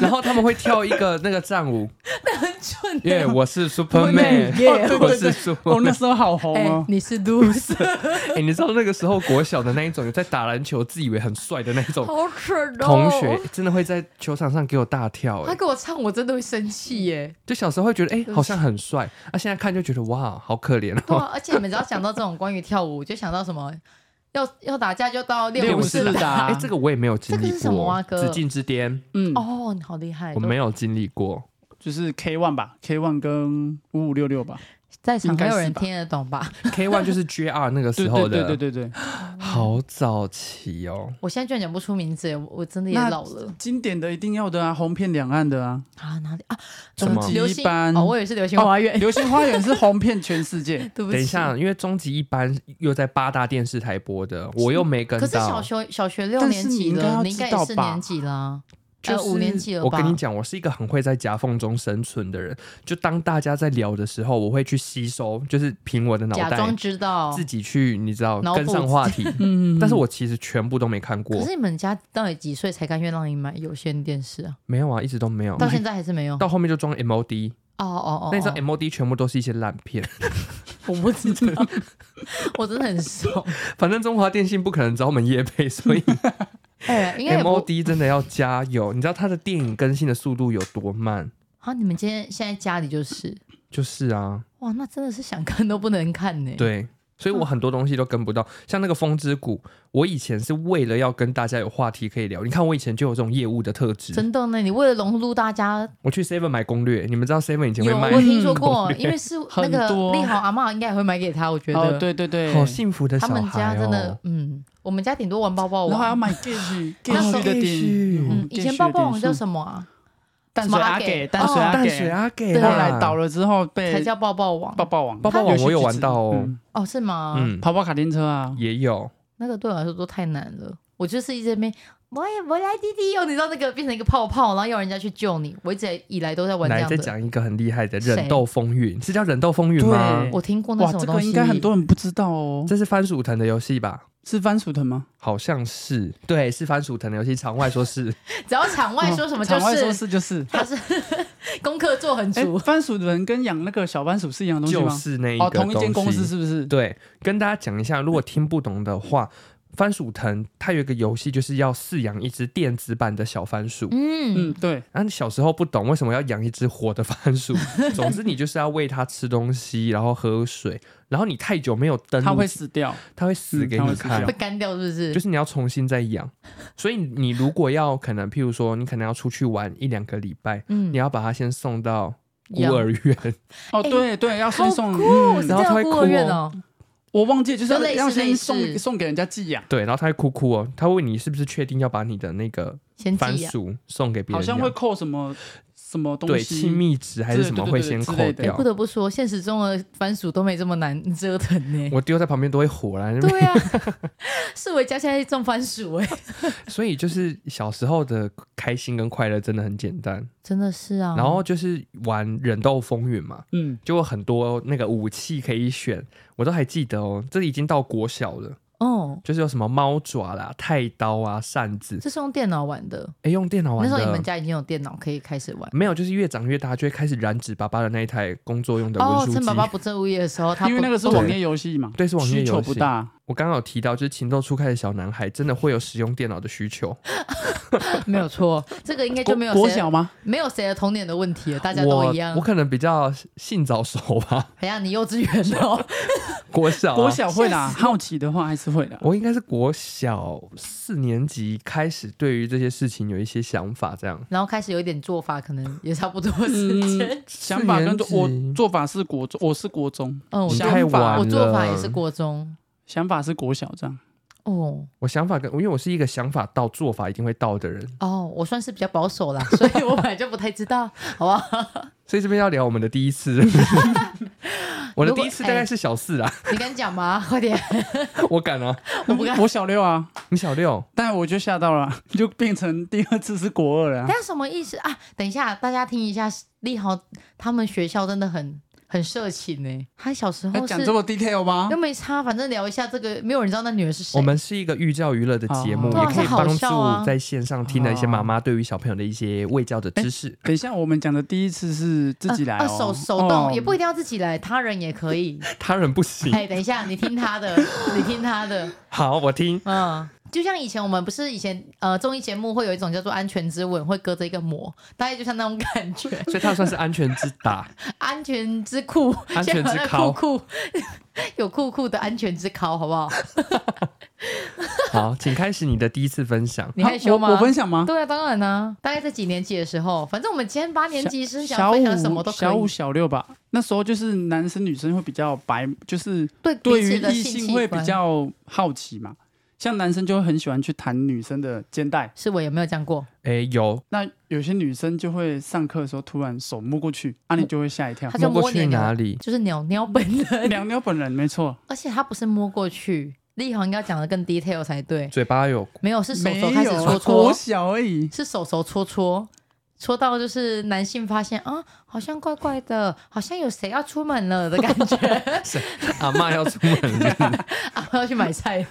然后他们会跳一个那个战 舞，很蠢的。耶，我是 Superman，耶哦对我对是对，哦，那 Superman。时候好红 哎哦，。你是 loser， 哎，你知道那个时候国小的那一种有在打篮球自以为很帅的那一种好蠢哦！同学，真的会在球场上给我大跳，他哎，给我唱，我真的会生气耶。 就小时候会觉得哎对好像很帅，啊，现在看就觉得哇好可怜对哦。啊，而且你们只要讲到这种关于跳舞，就想到什么要要打架就到练练舞 舞室室打。打，哎，这个我也没有经啊这历个是什么过啊，哥紫禁之巅嗯，哦，你好厉害！我都没有经历过，就是 K One 吧，K One 跟五五六六吧，在场应没该有是人吧听得懂吧？ K One 就是 JR 那个对时候对对的，对对对，好早期哦。我现在居然讲不出名字耶，我我真的也那老了经典的一定要的啊，红遍两岸的啊，啊！哪里啊？什么终极流一星班哦，，我以为是流星花园。，流星花园是红遍全世界对不起，等一下，因为终极一班又在八大电视台播的，我又没跟可是小到。学小学六但年是级你应该了，要你应该知也道四吧年级啦，就呃是五年级了我吧？跟你讲，我是一个很会在夹缝中生存的人。就当大家在聊的时候，我会去吸收，就是凭我的脑假袋装知道自。己去，你知道脑补跟上 话题。 嗯，但是我其实全部都没看可过是，你们家到底几岁才甘愿让你买有线电视啊？没有啊，一直都没有。到现在还是没有。哦到后面就装 MOD，哦哦，那你知道哦 MOD 全部都是一些烂片。我不知 道，我真的很 怂。反正中华电信不可能找我们业 配，所以哎、应该也 M 不 O D 真的要加油。你知道它的电影更新的速度有多慢？啊！你们今天现在家里就是就是啊，哇，那真的是想看都不能看呢。，对，嗯所以我很多东西都跟不到。像那个风之谷，我以前是为了要跟大家有话题可以聊，你看我以前就有这种业务的特质。真的呢，你为了融入大家，我去 Seven 买攻略，你们知道 Seven 以前会有卖我听说 攻过，略因为是那很个多丽豪阿嬷应该也会买给他，我觉得。哦，对对对，好幸福的小他孩、哦、们家真的，嗯，我们家顶多玩包包然后还要网。买 Gage 哦 那时候 Gage 的点，嗯，以前包包网叫什么啊？淡水阿给，淡水哦阿淡水给，阿给对啦后来倒了之后被才叫包包网抱抱网，抱抱网我有玩到哦嗯哦，是吗？嗯，跑跑卡丁车啊，也有。那个对我来说都太难了，我就是一直在那边。我也我来滴滴哦，你知道那个变成一个泡泡，然后要人家去救你。我一直以来都在玩这来，样再的。讲一个很厉害的《谁忍斗风云》，是叫《忍斗风云》吗对？我听过那哇，什么这东个西，应该很多人不知道哦，这是番薯藤的游戏吧？是番薯藤吗？好像是，对，是番薯藤的游戏。场外说 是，只要场外说什么哦就场外说是，是就是。他是 功课做很哎足，。番薯藤跟养那个小番薯是一样的东西就吗？是哎那一个哦，同一间公司东西是不是？对，跟大家讲一下，如果嗯听不懂的话，番薯藤它有一个游戏，就是要饲养一只电子版的小番薯。嗯嗯，，对，然后你小时候不懂为什么要养一只活的番 薯，总之你就是要喂它吃东西，然后喝水，然后你太久没有登录，它会死掉。它会死嗯给它你会死看掉会，干掉是不是？就是你要重新再 养。所以你如果要可能，譬如说你可能要出去玩一两个礼拜，嗯你，要把它先送到孤养儿院， 哦，哎对对，要好先送，酷，是嗯然后叫它会孤儿院哭哦。我忘记，就是要就类似要类先似送送给人家寄养，对，然后它会哭哭哦，它问你是不是确定要把你的那个先番寄养。薯送给别人啊好养，像会扣什么什么东对西，亲密值还是什么对对对会先对扣之类的哎掉不。得不说，现实中的番薯都没这么难折腾呢。 我丢在旁边都会火啦，对啊，是我家现在种番薯哎， 所以就是小时候的开心跟快乐真的很简单。真的是啊。然后就是玩忍斗风云嘛，嗯，就有很多那个武器可以选，我都还记得哦。这已经到国小了，哦，就是有什么猫爪啦、太刀啊、扇子，这是用电脑玩的。哎，用电脑那玩时的。候你们家已经有电脑可以开始玩。没有，就是越长越大就会开始染指爸爸的那一台工作用的文哦，书机。趁爸爸不在物业的时候，他因为不那个是不网页游戏嘛，对，是网页需求游不戏。大，我刚刚有提到，就是情窦初开的小男孩真的会有使用电脑的需求。 没有错，这个应该就没有国国谁的小吗？没有谁的童年的问题了，大家都一样我。我。可能比较性早熟吧， 哎呀，你幼稚园哦， 国小、啊啊国。小会啦，吓好奇的话还是会的。我应该是国小四年级开始，对于这些事情有一些想法，这样。然后开始有一点做法，可能也差不多时间。想法跟做四我年级做法是国中，我是国中，嗯，我你做太晚了。我做法也是国中想法是国小这样。哦。我想法跟，因为我是一个想法到做法一定会到的人，哦，我算是比较保守啦，所以我本来就不太知道，好 吧？所以这边要聊我们的第一 次。我的第一次大概是小四啦，你敢讲吗？快点！ 哎我敢啊，我不敢我小六啊，你小六，但我就吓到了， 就变成第二次是国二了啊。但什么意思啊？等一下，大家听一下，丽豪他们学校真的很很色情呢、他小时要候讲是这么 detail 吗又？没差，反正聊一下这个，没有人知道那女人是谁。啊我们是一个寓教于乐的节目，哦也可对以帮啊是好笑啊哦助在线上听的一些妈妈对于小朋友的一些卫教的知识。等一下，我们讲的第一次是自己来啊哦，手手动、哦也不一定要自己来，他人也可 以。他人不行，哎，等一下，你听他的，你听他的，好，我听。嗯，就像以前我们不是以前呃综艺节目会有一种叫做安全之吻，会隔着一个膜，大概就像那种感觉。所以他算是安全之打，安全之裤，安全之先把那靠裤裤 有裤裤的安全之靠，好不好？好，请开始你的第一次分享。你害羞吗？我我分享吗？对啊，当然啦、大概在几年级的时候，反正我们今天八年级是想小分享什么五、都可小五、以。小六吧，那时候就是男生女生会比较白，就是对对彼于此的异性性器会比官较好奇嘛。像男生就会很喜欢去弹女生的肩带，是我有没有讲过？哎，有那有些女生就会上课的时候突然手摸过去，啊，你就会吓一跳嗯她。就哎摸摸过你去的哪里？就是鸟鸟本 人，娘娘本人没错，而且他不是摸过去，立豪应该讲的更 detail 才对，嘴巴有没有是手没手开始有搓国搓，小而已。是手手搓搓。搓到就是男性发现啊，好像怪怪的，好像有谁要出门了的感觉， 阿妈要出门 了，啊，要去买菜了。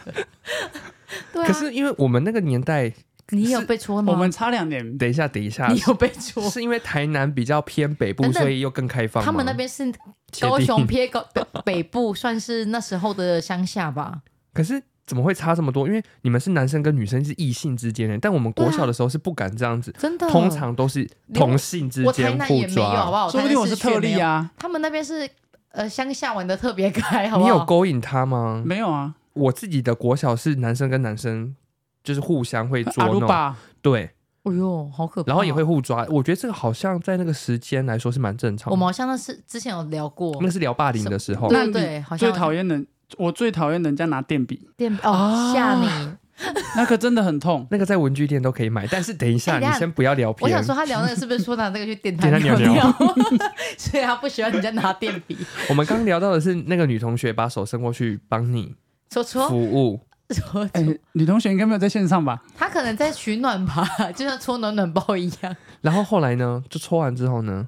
对啊，可是因为我们那个年代，你有被戳吗？我们差两年，等一下，等一下你，有被戳？是因为台南比较偏北部，等等所以又更开放吗。他们那边是确定高雄，偏高北北部，算是那时候的乡下吧。 可是怎么会差这么多？因为你们是男生跟女生是异性之间的，欸但我们国小的时候是不敢这样子，真的，通常都是同性之啊我台间南互也没有，好不抓。好？ 说不定我台南是市区也特没有例。啊。他们那边是呃乡下玩的特别开，好不你好？有勾引他哦吗？没有啊，我自己的国小是男生跟男生就是互相会捉阿鲁弄，巴对，哎呦，好可怕！然后也会，互抓。我觉得这个好像在那个时间来说是蛮正常的。我们好像那是之前有聊过那，个是聊霸凌的时候，对那你对，好像最讨厌人，我最讨厌人家拿电笔，电哦啊吓你！那个真的很痛。那个在文具店都可以买。但是等一下，哎等你一下先不要聊我偏想。说他聊那个是不是说拿那个去 电电他尿尿尿所以他不喜欢人家拿电笔。我们刚聊到的是那个女同学把手伸过去帮你戳戳服务，戳哎戳，，女同学应该没有在线上吧？他可能在取暖吧， 就像戳暖暖包一样，然后后来呢，就搓完之后呢，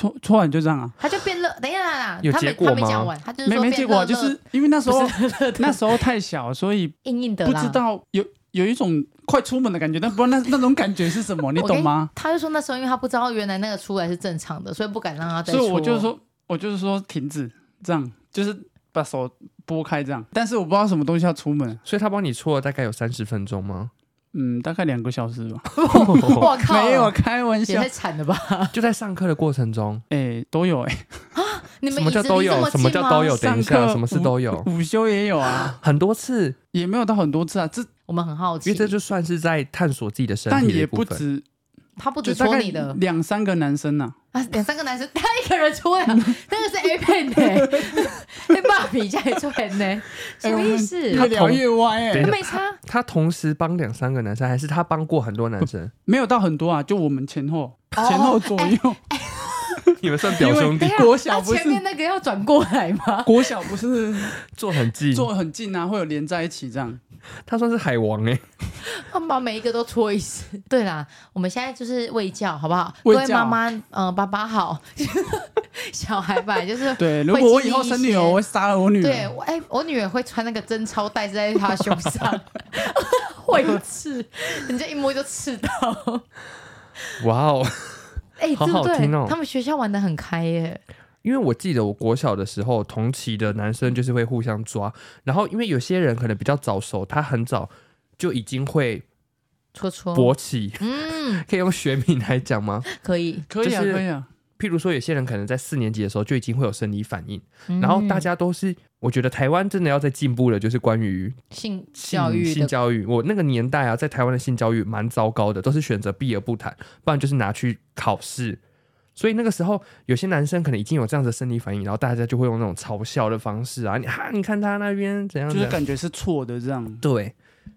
搓搓完就这样啊，他就变热。等一下啦，有他结没果他没吗讲完，他就是没说没变结果啊，热就热是因为那时候不是热热那时候太小，所以硬硬的不啦。知道有有一种快出门的感觉，但不知道那 那种感觉是什么，你懂吗？他就说那时候因为他不知道原来那个出来是正常的，所以不敢让他再所以我就是说。说，我就是说停止，这样就是把手拨开这样。但是我不知道什么东西要出门，所以他帮你搓了大概有三十分钟吗？嗯，大概两个小时吧。 我靠，没有啊开玩也笑太，惨了吧！ 就在上课的过程中，哎、都有哎、你什们么椅叫子都离这有，么什么近叫吗？都有，哦等一上下，课什么事都有，午休也有啊， 很多次，也没有到很多次啊，这我们很好因奇为，这就算是在探索自己的身但体的一也部不分。止，他不止就大戳概你的两三个男生呐、啊，两三个男生，他 一个人戳呀，那个是 A 片呢， 被爸比家里戳 呢，哎什么意思？越聊越歪哎、等一下没差，他同时帮两三个男生，还是他帮过很多男 生？没有到很多啊，就我们前后、哦前后左哎右，你们算表兄弟因，为国小那不是前面那个要转过来吗？国小不是坐很近，坐很近啊，会有连在一起这样。他算是海王哎、他们把每一个都戳一次。对啦，我们现在就是喂教，好不好？各喂位教妈妈，嗯、爸爸好， 小孩吧，就是对，如果我以后生女儿，我会杀了我女儿。对，我哎、我女儿会穿那个贞操带在她胸上， 会有刺，人家一摸就刺到。哇哦！哎、好对不好对？听哦他们学校玩的很开耶，因为我记得我国小的时候，同期的男生就是会互相抓，然后因为有些人可能比较早熟，他很早就已经会戳戳，勃起， 嗯，可以用学名来讲吗？可以。可以啊，就是可以啊。譬如说，有些人可能在四年级的时候就已经会有生理反应，嗯然后大家都是，我觉得台湾真的要在进步了，就是关于性性教育性的，教育。我那个年代啊，在台湾的性教育蛮糟糕的，都是选择避而不谈，不然就是拿去考试。所以那个时候，有些男生可能已经有这样的生理反应，然后大家就会用那种嘲笑的方式啊，你哈、你看他那边怎样就怎是样，感觉是错的这样，对，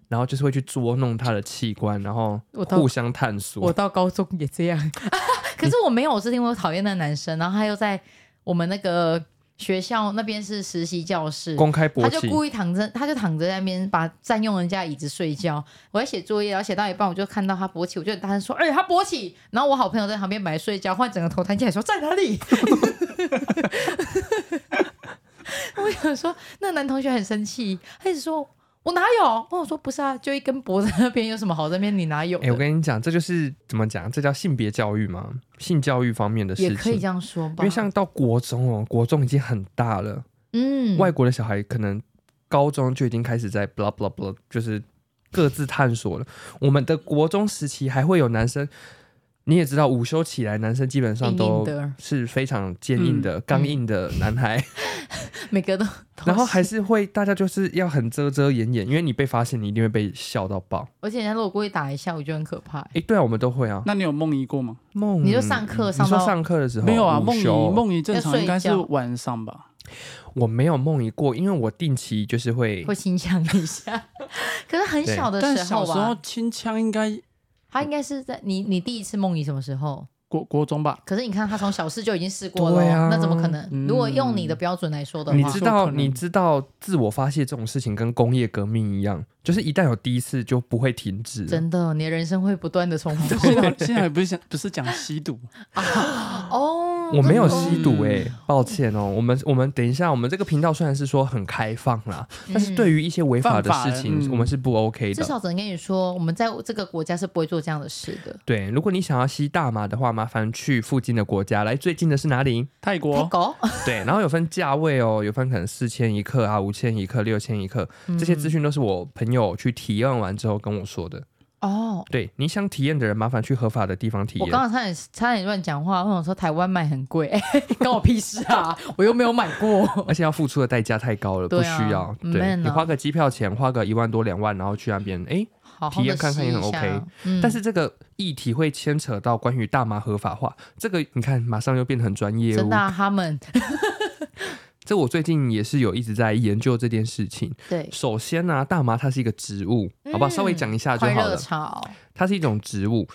然后就是会去捉弄他的器官，然后我到互相探索。我到高中也这样。 可是我没有，是因为我讨厌那男生，然后他又在我们那个学校那边是实习教室，公开他勃就起，故意躺着，他就躺着在那边把占用人家椅子睡觉。我在写作业，然后写到一半，我就看到他勃起，我就很大声说：“哎、他勃起！”然后我好朋友在旁边买睡觉，换整个头抬起来说：“ 在哪里？”我想说，那男同学很生气，他一直说。我哪有？哦我说不是啊，就一根脖子那边有什么好在那边？你哪有的？哎、我跟你讲，这就是怎么讲，这叫性别教育嘛，性教育方面的事情。也可以这样说吧，因为像到国中哦，国中已经很大了，嗯外国的小孩可能高中就已经开始在 blah blah blah，就是各自探索了。我们的国中时期还会有男生，你也知道，午休起来，男生基本上硬都硬的嗯是非常坚硬的、刚硬的男孩，每个都， 然后还是会大家就是要很遮遮掩掩，因为你被发现，你一定会被笑到爆。而且人家如果故意打一下，我觉得很可怕、哎，对啊，我们都会啊。那你有梦遗过吗？梦，你就上课上你说到上课的时候没有啊，午梦遗休梦遗正常应该是要睡晚上吧？我没有梦遗过，因为我定期就是会会心想一 下。可是很对小的但时候啊小时候吧，清腔应该他应该是在你你第一次梦遗什么时候？国国中 吧？可是你看他从小事就已经试过了哦，对啊嗯那怎么可能？嗯如果用你的标准来说的你嗯话知，有可道，能你知道，自我发泄这种事情跟工业革命一样，就是一旦有第一次就不会停止。真的，你的人生会不断的重复 现在现在不是讲不是讲吸毒，哦。我没有真的吸毒哎、抱歉哦。我们我们等一下，我们这个频道虽然是说很开放啦，嗯但是对于一些违法的犯法事情，嗯我们是不 OK 至的。少只能跟你说，我们在这个国家是不会做这样的事的。对，如果你想要吸大麻的话，麻烦去附近的国家。来，最近的是哪里？泰泰国 国对，然后有分价位哦，有分可能四千嗯一克啊、五千一克、六千一克，这些资讯都是我朋友去提问完之后跟我说的。哦，对，你想体验的人，麻烦去合法的地方体我刚验。刚差点差点乱讲话，我想说台湾卖很贵，关我屁事啊！我又没有买过。而且要付出的代价太高了，不对啊需要。嗯对， man 啊你花个机票钱，花个一万多两万，然后去那边，哎，好好体验看看也很 OK 但是是这个议题会牵扯到关于大麻合法化，这个你看马上又变得很专业真的、哦。啊、他们这我最近也是有一直在研究这件事情。对首先呢、大麻它是一个植物，好吧，嗯稍微讲一下就快好乐了。潮，它是一种植物，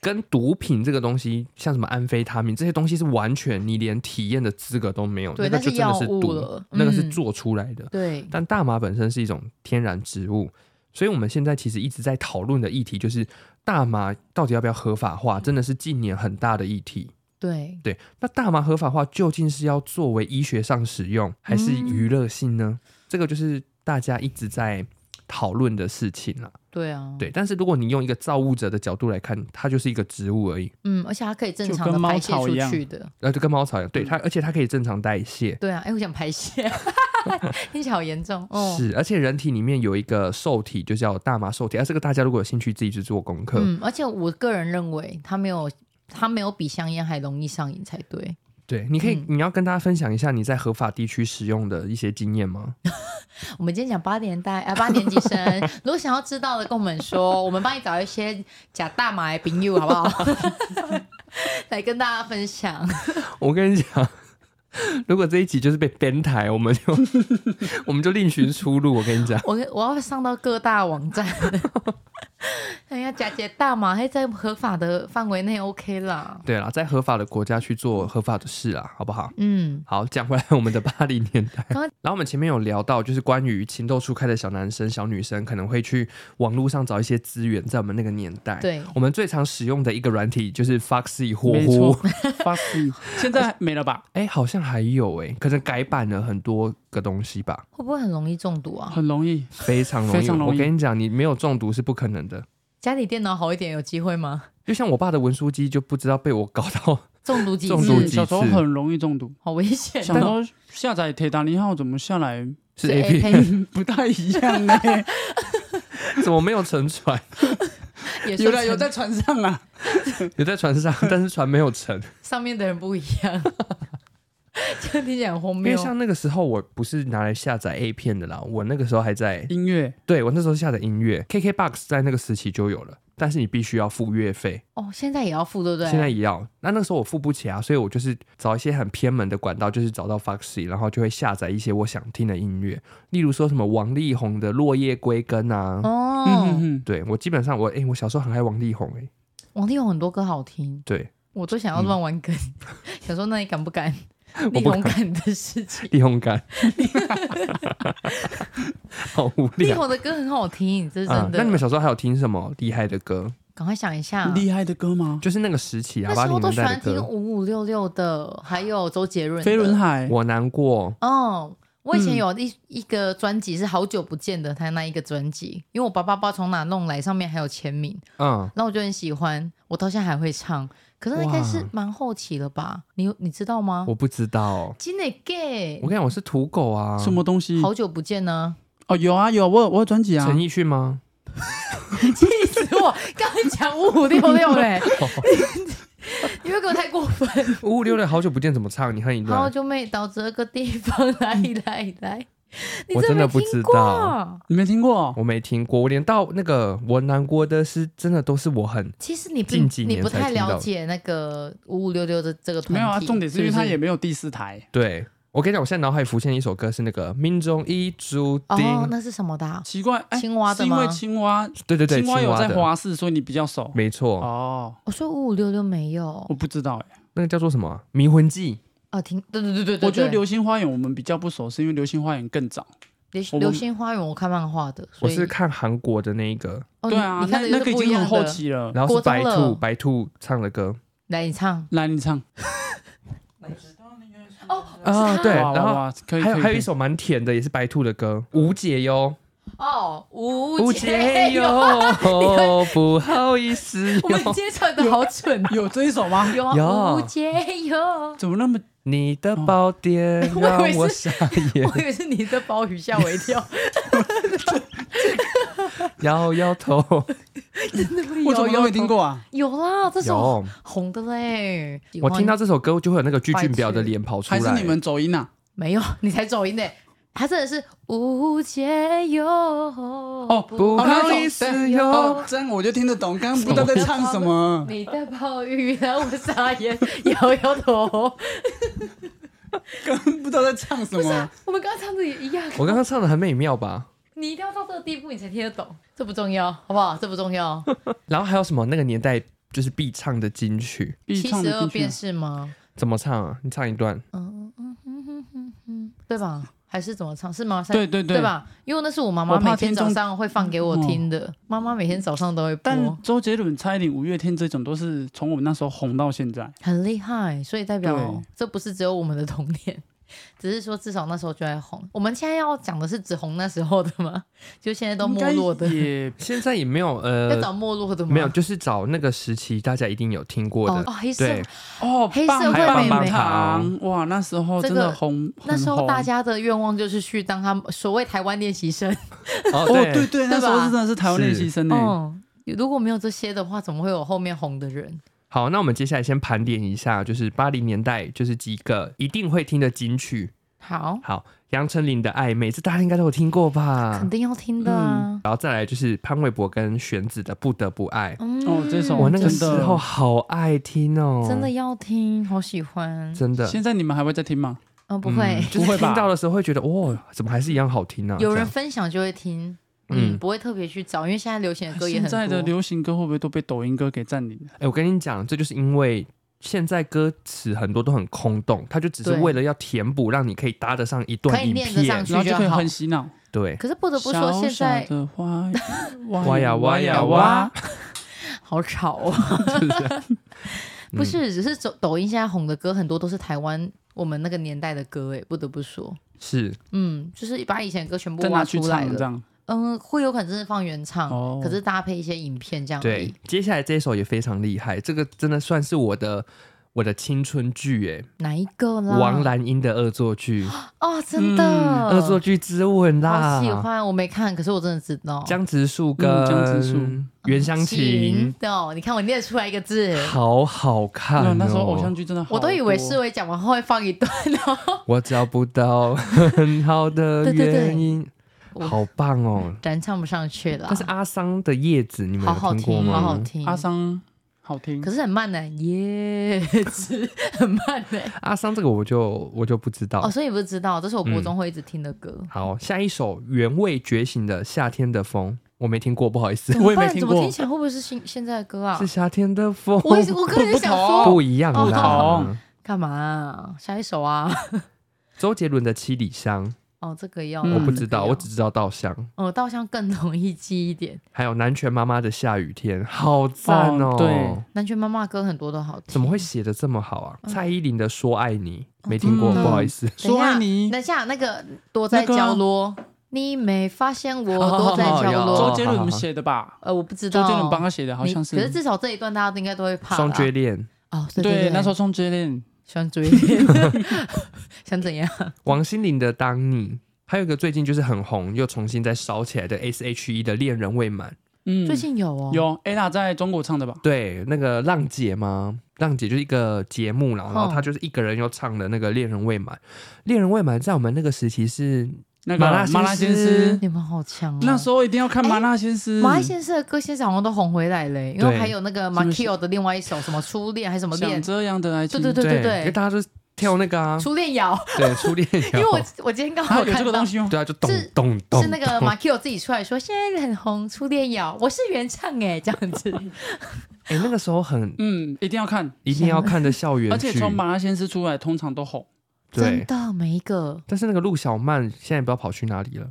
跟毒品这个东西，像什么安非他命这些东西是完全你连体验的资格都没有，对那个那就是真的是药物毒，了那个是嗯做出来的。对但大麻本身是一种天然植物，所以我们现在其实一直在讨论的议题就是大麻到底要不要合法嗯化，真的是近年很大的议题。对，对，那大麻合法化究竟是要作为医学上使用，还是嗯娱乐性呢？这个就是大家一直在讨论的事情啦。对啊，对，但是如果你用一个造物者的角度来看，它就是一个植物而已，嗯，而且它可以正就常跟的猫排泄草出一样去的，呃，就跟猫草一样，嗯对它，而且它可以正常代谢。对啊，哎，我想排泄，听起来好严重哦。是，而且人体里面有一个受体，就叫大麻受体，啊，这个大家如果有兴趣，自己去做功课。嗯，而且我个人认为它没有它没有比香烟还容易上瘾才对。对，你可以，嗯你要跟大家分享一下你在合法地区使用的一些经验吗？ 我们今天讲八年代啊，八年级 生，如果想要知道的，跟我们说，我们帮你找一些假大麻的朋友，好不好？ 来跟大家分享，我跟你讲， 如果这一集就是被编台，我 们就我们就另寻出路。我跟你讲，我我要上到各大网站。 哎呀，假假大麻还在合法的范围内 OK 啦。对啦，在合法的国家去做合法的事啊，好不好？嗯，好，讲回来我们的八零年代，刚刚然后我们前面有聊到，就是关于情窦初开的小男生、小女生可能会去网络上找一些资源，在我们那个年代，，对，我们最常使用的一个软体就是 Foxy 火没错狐， ，Foxy，现在没了吧？哎，好像还有哎，可能改版了很多个东西吧，会不会很容易中毒啊？很容易，非常容易。非常容易我跟你讲，你没有中毒是不可能的。家里电脑好一点有机会吗？就像我爸的文书机就不知道被我搞到， 中毒几中毒次？几嗯小时候次很容易中毒。好危险小时哦！候下载铁达尼号怎么下 来是是 A 哎 P，片不太一样 呢？哎怎么没有沉 船？哎也是有啦，有成在船上啊，有在船上，但是船没有沉。上面的人不一 样，这样听起来很荒因为谬。像那个时候我不是拿来下载 A 片的啦，我那个时候还在音乐对我那时候下载音乐，KKBOX 在那个时期就有了，但是你必须要付月费，哦，现在也要付，对不对？现在也要。那那时候我付不起啊，所以我就是找一些很偏门的管道，就是找到 Foxy，然后就会下载一些我想听的音乐，例如说什么王力宏的《落叶归根》啊。哦，嗯嗯对我基本上我哎、我小时候很爱王力宏哎、王力宏很多歌好听，对，我都想要乱玩梗， 想说那你敢不敢？嗯 我力不宏敢敢的事 情，力宏 感，好无力聊宏的歌很好听，这是啊真！的。那你们小时候还有听什么厉害的歌？赶快想一下哼，，厉害的歌吗？就是那个时期啊，那八时候零都年喜代欢的听歌，五五六六的，还有周杰伦的。飞轮海，我难过，哦，我以前嗯有一、一个专辑是好久不见的，他那一个专辑，因为我爸爸不知道从哪弄来，上面还有签名，嗯，那我就很喜欢，我到现在还会唱。可是那应该哇是蛮后期了吧？你你知道吗？我不知道。金磊 gay，我跟你讲，我是土狗啊，什么东西？好久不见 呢，哦，有啊有啊，我有我有专辑啊陈，奕迅吗？气死我！刚才讲五五六六嘞， 你会给我太过分。五五六六好久不见，怎么唱？你看一好段，久没到这个地方来来来，你 我真没的不听知过道你没听过？我没听过，我连到那个我难过的是真的都是我很其实你不近几你年不才太听到了的解那个五五六六的这个团体，没有啊，重点是因为是不它是也没有第四台对。我跟你讲，我现在脑海浮现一首歌是那个命中一注哦，定，那是什么的啊、奇怪，哎，青蛙的是因为吗青蛙，对对对，青蛙有在的，花市，所以你比较熟。没错，哦，我说五五六六没有我不知道哎，那个叫做什么啊《迷魂记哦，听对对对对对，我觉得《对流星花园》我们比较不熟，是因为《流星花园》更早。流我流星花园我看漫画的，》，我所以是看韩国的那一个，哦对你啊你，那看的又那个是已不经一样很后的。期了。然后国是中白兔了白兔唱的歌来，你唱来，你唱哦啊，是对，他哇然哇后哇可以，还有可以还有一可以首蛮甜的，也是白兔的歌，无解哟。哦，无五解解哟哟。， 不好意思我们哟，接唱的好蠢，啊有这一首吗？有有啊，无解 哟。怎么那么你的宝典我以为让我是傻 眼我，以为是你的鲍鱼吓我一跳，摇摇头。 真的会我怎有么都没听？过啊？有有啦，这首有，红的嘞。我听到这首歌就会有那个巨俊表白的痴脸跑出还来。是你们走音啊？没有，你才走音的。他真的是无解忧，哦不好意思哟，哦，这样我就听得懂。刚刚不知道在唱 什么。你的暴雨让我傻眼， 摇摇头。刚刚不知道在唱什不是、么啊。，我们刚刚唱的也一样。我刚刚唱的很美妙吧？你一定要到这个地步，你才听得懂，这不重要，好不好？这不重要。然后还有什么那个年代就是必唱的金曲？必七唱十的二进去啊变是吗？怎么唱啊？你唱一段。嗯嗯嗯嗯嗯嗯，对吧？还是怎么唱？是吗？三对对对？吧？因为那是我妈妈我怕每天听众早上会放给我听嗯的，妈妈每天早上都会播但，周杰伦、蔡依林、五月天这种都是从我们那时候红到现在。很厉害，所以代表对这不是只有我们的童年。 只是说，至少那时候就在红。我们现在要讲的是只红那时候的吗？ 就现在都没落的应，该也现在也没有要找呃，没落的吗？没有，就是找那个时期大家一定有听过哦的。哦，黑色对，哦， 黑棒社会棒妹棒妹哦糖哇，那时候真这的个红，那时很候红大家的愿望就是去当他们所谓台湾练习生。哦哦，对对，对，对那时候吧真的是台湾练习生呢。嗯，如果没有这些的话，怎么会有后面红的人？好，那我们接下来先盘点一下，就是八零年代就是几个一定会听的金曲。好，好，杨丞琳的《暧昧》，这大家应该都有听过吧肯？定要听的啊。然后再来就是潘玮柏跟玄子的《不得不爱》，嗯，哦这首我那个真时的候好爱听哦，真的要听，好喜欢。真的，现在你们还会再听吗？嗯，不会 嗯，就是不会吧听到的时候会觉得，哦，怎么还是一样好听呢、有这人样分享就会听，嗯嗯，不会特别去找，因为现在流行的歌也现很在的多。流行歌会不会都被抖音歌给占领？哎、我跟你讲，这就是因为现在歌词很多都很空洞，它就只是对为了要填补，让你可以搭得上一可段以影念得上片去。然后就可以就好很洗脑。对，可是不得不说，小现小在的 花挖呀挖呀挖，好吵哦。 就是这样。嗯不是，只是抖抖音现在红的歌很多都是台湾我们那个年代的歌，哎，不得不说，是嗯，就是把以前的歌全部再挖拿去出来唱了这。样。嗯，会有可能真是放原唱，哦可是搭配一些影片这样而对已。。接下来这一首也非常厉害，这个真的算是我的我的青春剧哎、哪一个啦？王蓝英的恶作剧，哦，真的，恶作剧之吻啦，好喜欢，哦我没看，可是我真的知道。江直树跟嗯江直树袁湘晴琴，对哦，你看我念得出来一个字，好好看、啊那哦。那时候偶像剧真的好多，我都以为是会讲完后会放一段 哦。我找不到 很好的对对对原因，我好棒哦！咱唱不上去了那，是阿桑的叶子，你们好有好听过听，好好吗？听。阿桑好听可。是很慢呢，耶， 子很慢呢。阿桑这个我就我就不知道哦，。所以你不知道，这是我国中会一直听的歌。好，下一首原味觉醒的《夏天的风》，嗯我没听过，不好意 思，我也不没然听怎么过听，起来会不会是现现在的歌啊是？夏天的风，我一直我刚才不想同说 不一样哦啦。干嘛啊？下一首啊？ 周杰伦的《七里香》，哦，这个要嗯我啦不知道，这个要我只知道稻香，哦，稻香更容易记一点。还有南拳妈妈的《下雨天》，好赞哦哦！对，南拳妈妈的歌很多都好听，怎么会写的这么好啊？蔡依林的《说爱你》没听过，嗯不好意思。等一说下？爱你，啊等一下，那个躲在角落，你没发现我躲在角哦落？周杰伦写的吧？呃，我不知道，周杰伦帮他写的，好你像是可。是至少这一段大家都应该都会怕啦。双绝恋，哦，对对对，，那时候双杰恋，想 追恋，想怎样？王心凌的《当你》，还有一个最近就是很红又重新再烧起来的 S.H.E 的《恋人未满》，嗯最，近有哦，有 Ella 在中国唱的吧？对，那个浪姐吗？浪姐就是一个节目啦，然后嗯她就是一个人又唱的那个《恋人未满》，《恋人未满》在我们那个时期是那麻辣个鲜麻辣鲜师师，你们好强哦！那时候一定要看麻辣鲜师。马来先生的歌现在好像都红回来了，因为对还有那个么 Makio 的另外一首什么初恋还是什么想恋，这样的爱情，对对对因为大家都是跳那个啊，初恋摇，对，初恋摇，因为我我今天刚啊，好有这看个到东。西吗？哦对啊，就咚是咚咚，是那个马 Q 自己出来说，现在很红，初恋摇，我是原唱哎，这样子。哎，那个时候很嗯，一定要看，一定要看的校园而且剧，从麻辣鲜师出来，通常都红，真对。的每一个但是那个陆小曼现在不知道跑去哪里了。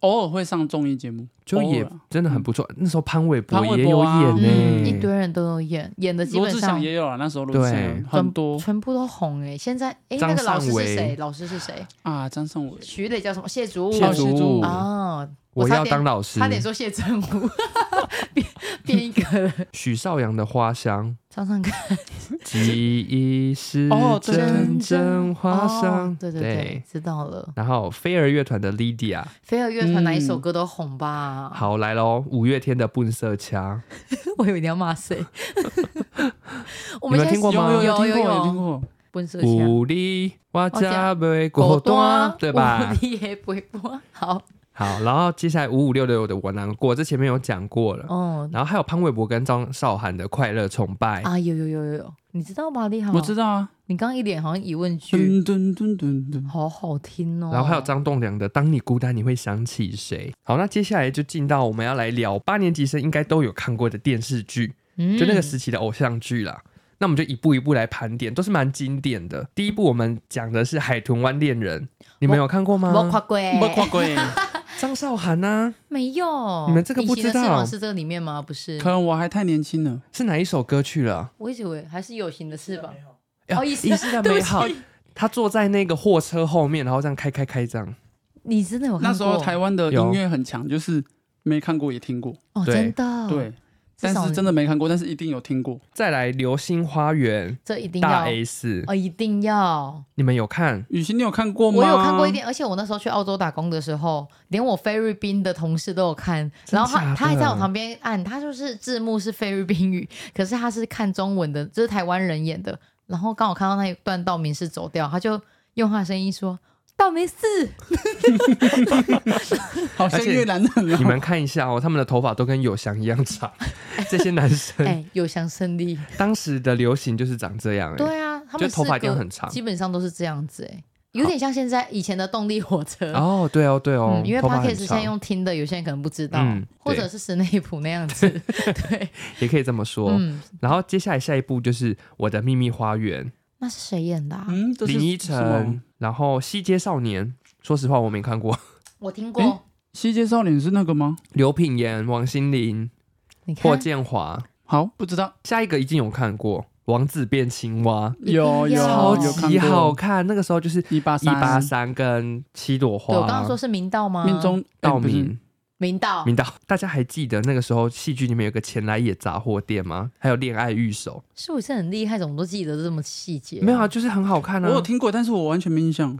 偶尔会上综艺节目，就偶尔也真的很不错。那时候潘玮柏潘玮也有柏啊演呢、嗯一堆人都有演，演的基罗本志上嗯祥也有啊，那时候罗对志祥很多全部都红哎。现在哎，那张个老师善是为谁？老师是谁？啊，张尚伟、徐磊叫什么？谢祖武。谢祖武武哦，我差要点当老 师差。点说谢振武，变变一个了。许绍洋的《花香》，唱唱歌，记忆是哦对阵阵花香哦，对对哦对，知道了。然后飞儿乐团的 Lydia，飞儿乐团哪一首嗯歌都红吧？，嗯好来喽，五月天的《笨色枪 我以为你要骂谁。 我你们们现在听过吗有有有有有听过有听过，温色》，枪，有你我家袂孤果单，对吧？你也不会播。好，好，然后接下来五五六六的我难过，这前面有讲过了。哦然后还有潘玮柏跟张韶涵的《快乐崇拜》啊，有有有有有，你知道吧？厉害，我知道啊，嗯你刚刚一脸好像疑问句，噔噔噔噔噔，好好听哦。嗯然后还有张栋梁的《当你孤单，你会想起谁》。好，那接下来就进到我们要来聊八年级生应该都有看过的电视剧，嗯，就那个时期的偶像剧啦。那我们就一步一步来盘点，都是蛮经典的。第一部我们讲的是《海豚湾恋人》，你们有看过我吗跨？过，哎不 夸贵，张韶涵啊，没有，你们这个隐不形的知道翅膀是这个里面吗？不是可，能我还太年轻了。是哪一首歌去了？我一直以为还是有形的翅膀。没有哦，意思一 世的美好。他坐在那个货车后面，然后这样开开开这样。你真的有看那时候过台湾的音乐很强，就是没看过也听过，哦，对真的，对，至但少是真的没看过，但是一定有听过。再来《流星花园》这一定大要 A 四，哦，一定要。你们有看？雨欣，你有看过吗？我有看过一点，而且我那时候去澳洲打工的时候，连我菲律宾的同事都有看，真然后假他的他还在我旁边按，他就是字幕是菲律宾语，可是他是看中文的，就是台湾人演的，然后刚好看到那一段道明寺走掉，他就用他的声音说。道明寺，好像越南人啊你了。们看一下哦，他们的头发都跟有翔一 样长。这些男 生、哎，有祥胜利，当时的流行就是长这样、哎，对啊，他们就头发一定四个很长基本上都是这样子，哎，有点像现在以前的动力火车，哦，对哦，对哦，嗯，因为头发 podcast 很现长在，用听的，有些人可能不知道，嗯或对者是史内普那样 子，对，也可以这么说。嗯，然后接下来下一步就是《我的秘密花园那是谁演的、啊？ 嗯，》，这是林依什么晨，然后《西街少年》，说实话我没 看过，我听过，诶西街少年是那个吗？刘品言、王心凌、你看霍，建华，好，不知道。下一个一定有看过《王子变青蛙一定要有有超哦有看级过好看，那个时候就是一八一八三三跟七朵花，啊对我刚刚说是明道吗？命中哎道明。明明道，明道，大家还记得那个时候戏剧里面有个前来也杂货店吗？还有恋爱御守，是我是很厉害，怎么都记得这么细节、没有啊，，就是很好看我啊。有听过，但是我完全没印象。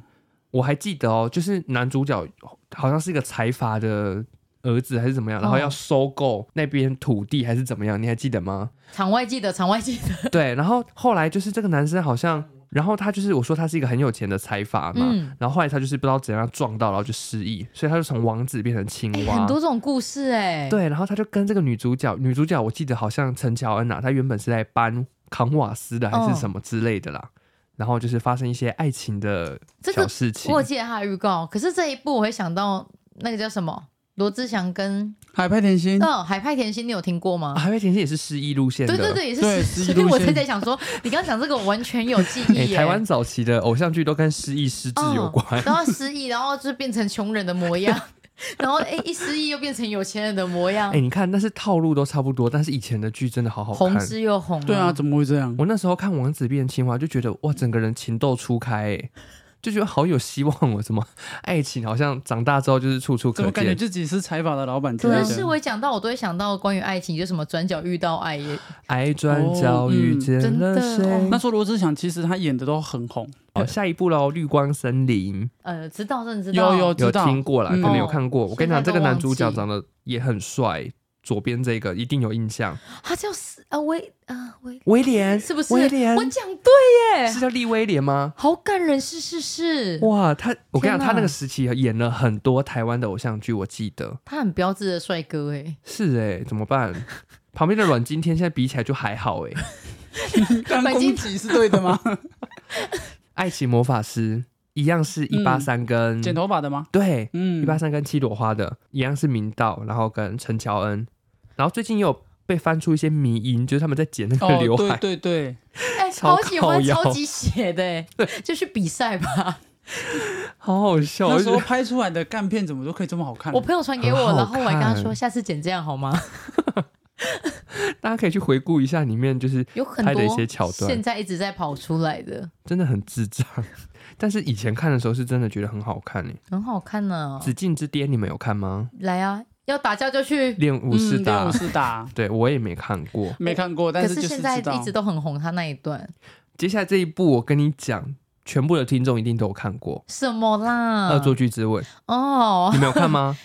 我还记得哦，就是男主角好像是一个财阀的儿子还是怎么样，哦然后要收购那边土地还是怎么样，你还记得吗？场外记得，场外记得，对，然后后来就是这个男生好像，然后他就是我说他是一个很有钱的财阀嘛。嗯，然后后来他就是不知道怎样撞到，然后就失忆，所以他就从王子变成青哎、蛙。很多这种故事、哎，，对，然后他就跟这个女主角，女主角我记得好像陈乔恩啊，她原本是在搬扛瓦斯的还嗯是什么之类的啦，然后就是发生一些爱情的这小个事情。我有记得他的预告，可是这一部我会想到那个叫什么？罗志祥跟海派甜心嗯、，海派甜心，你有听过吗？啊，海派甜心也是失忆路线的，对对对，也是失对失忆所以路我线才在想说，你刚刚讲这个，我完全有记 哎、忆耶。台湾早期的偶像剧都跟失忆、失智有关。哦然后失忆，然后就变成穷人的模样，然后哎一失忆又变成有钱人的模样哎、，你看，但是套路都差不多，但是以前的剧真的好好红看。之又红。对啊，，怎么会这样？我那时候看《王子变青蛙》，就觉得哇，整个人情窦初开、哎，就觉得好有希望哦。什么爱情好像长大之后就是处处怎可么感觉见。自己是财阀的老板之可类啊是是的？我讲到，我都会想到关于爱情，就什么转角遇到爱耶，爱转角哦遇嗯见真了的谁？哦那时候罗志祥其实他演的都很红，好，哦下一步喽，《绿光森林呃，知道真的知道，有有》有知道听过啦，嗯可能有看过。哦我跟你讲，这现在都个男主角忘记长得也很帅，左边这个一定有印象，他叫斯啊威啊威，威廉是不是？威廉我讲对是耶，叫利威廉吗？好感人，是是是，哇，他我跟你嗯天讲，哪他那个时期演了很多台湾的偶像剧，我记得他很标志的帅哥哎，是哎、怎么办？旁边的阮经天现在比起来就还好哎、刚白攻金击是对的 吗？嗯爱情魔法师一样是一八三跟、嗯剪头发的吗？对嗯一八三跟七朵花的一样是明道，然后跟陈乔恩，然后最近也有被翻出一些迷因，就是他们在剪那个哦刘，海对，对对，哎，超好喜欢靠腰超级写的耶，就去比赛 吧。好好笑，那我时就候觉得拍出来的干片怎么都可以这么好看我？朋友传给我，很好然后我还跟他看说，下次剪这样好吗？大家可以去回顾一下里面，就是有很拍多的一些桥段现在一直在跑出来的，真的很智障， 但是以嗯前看的时候是真的觉得很好看哎、很好看呢、紫禁之巅》你们有看吗？来啊，要打架就去。练武士嗯打，练武士 打对我也没看过。没看过，但可是就是现在知道一直都很红，他那一段接下来这一部，我跟你讲，全部的听众一定都有看过什么《啦？恶作剧之吻》，嗯哦，你没有看 吗？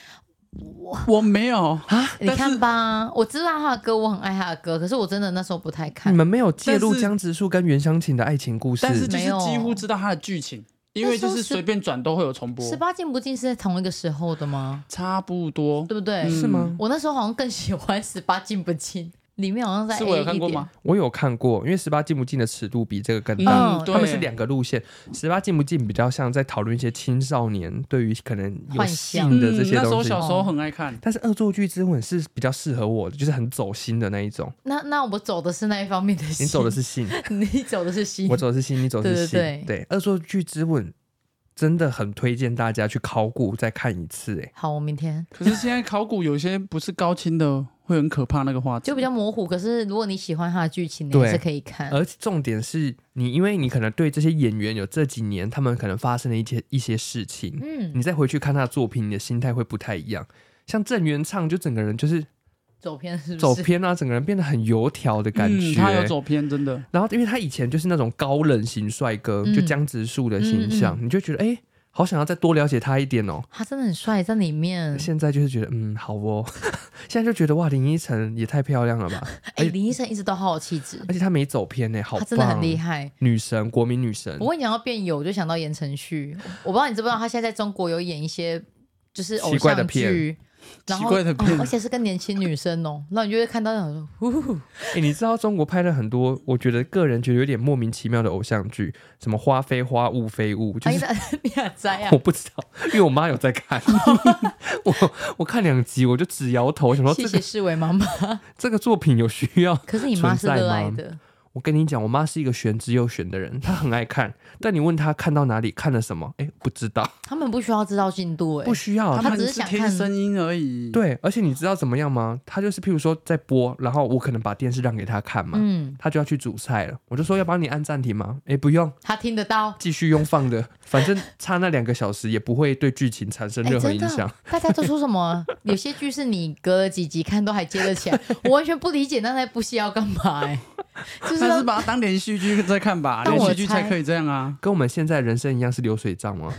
我 没有，你看吧，我知道他的歌，我很爱他的歌，可是我真的那时候不太看你。们没有介入但是江直树跟袁湘琴的爱情故事但，是就是没有几乎知道它的剧情，因为就是随便转都会有重播十，八禁不禁是在同一个时候的吗？差不多嗯对不对？是吗？我那时候好像更喜欢十八禁不禁，里面好像在是我 A 有看一过点吗。？我有看过，因为十八禁不禁的尺度比这个更大。嗯嗯，他们是对，两个路线，十八禁不禁比较像在讨论一些青少年对于可能有幻想性的这些嗯那时东候西。哦小时候很爱看，但是恶作剧之吻是比较适合我的，就是很走心的那一种。那那我走的是那一方面的心，你走的是性， 你走的是心我，走的是心，你走的是心。对对对恶作剧之吻真的很推荐大家去考古再看一次、哎，好，我明天可是现在考古有些不是高清的，会很可怕那个画质，就比较模糊。可是如果你喜欢它的剧情，你对呃还是可以看。而且重点是你，因为你可能对这些演员有这几年他们可能发生的一些一些事情，嗯，你再回去看他的作品，你的心态会不太一样。像郑元畅就整个人就是走偏是不是？走偏啊，整个人变得很油条的感嗯觉。它有走偏，真的。然后，因为他以前就是那种高冷型帅哥，嗯就江直树的形象，你就觉得哎、好想要再多了解他一点哦。他真的很帅，在里面。现在就是觉得嗯，好哦， 现在就觉得哇，林依晨也太漂亮了 吧，哎、林医生一直都好有气质，而且她没走偏呢，好他棒，哦真的很厉害。女神，国民女神我。问你要变有，我就想到言承旭。我不知道你知不知道，他现在在中国有演一些就是偶奇怪的像剧，然后奇怪的片哦而且是跟年轻女生哦，那你就会看到想说，呜，哎、你知道中国拍了很多，我觉得个人觉得有点莫名其妙的偶像剧，什么花非花，雾非雾，就哎是呀，你俩摘啊我，不知道，因为我妈有在看， 我我看两集我就直摇头，我想说谢这谢个世伟妈妈。 这个作品有需要可是你妈是存在热爱吗的，我跟你讲，我妈是一个玄之又玄的人，她很爱看，但你问她看到哪里，看了什么，哎，不知道，他们不需要知道进度、哎不，需要。她她们只是是想听看声音而已。，哦对，而且你知道怎么样吗？她就是譬如说在播，然后我可能把电视让给她看嘛，嗯，她就要去煮菜了，我就说要帮你按暂停吗？哎，不用，她听得到。继续用放的，反正差那两个小时也不会对剧情产生哎，任何真影响的。，大家都说什么？有些剧是你隔了几集看都还接得起来，我完全不理解那那部戏要干嘛、哎， 就是但要是把它当连续剧在看吧，但连我续剧才猜可以这样啊。跟我们现在人生一样是流水账吗？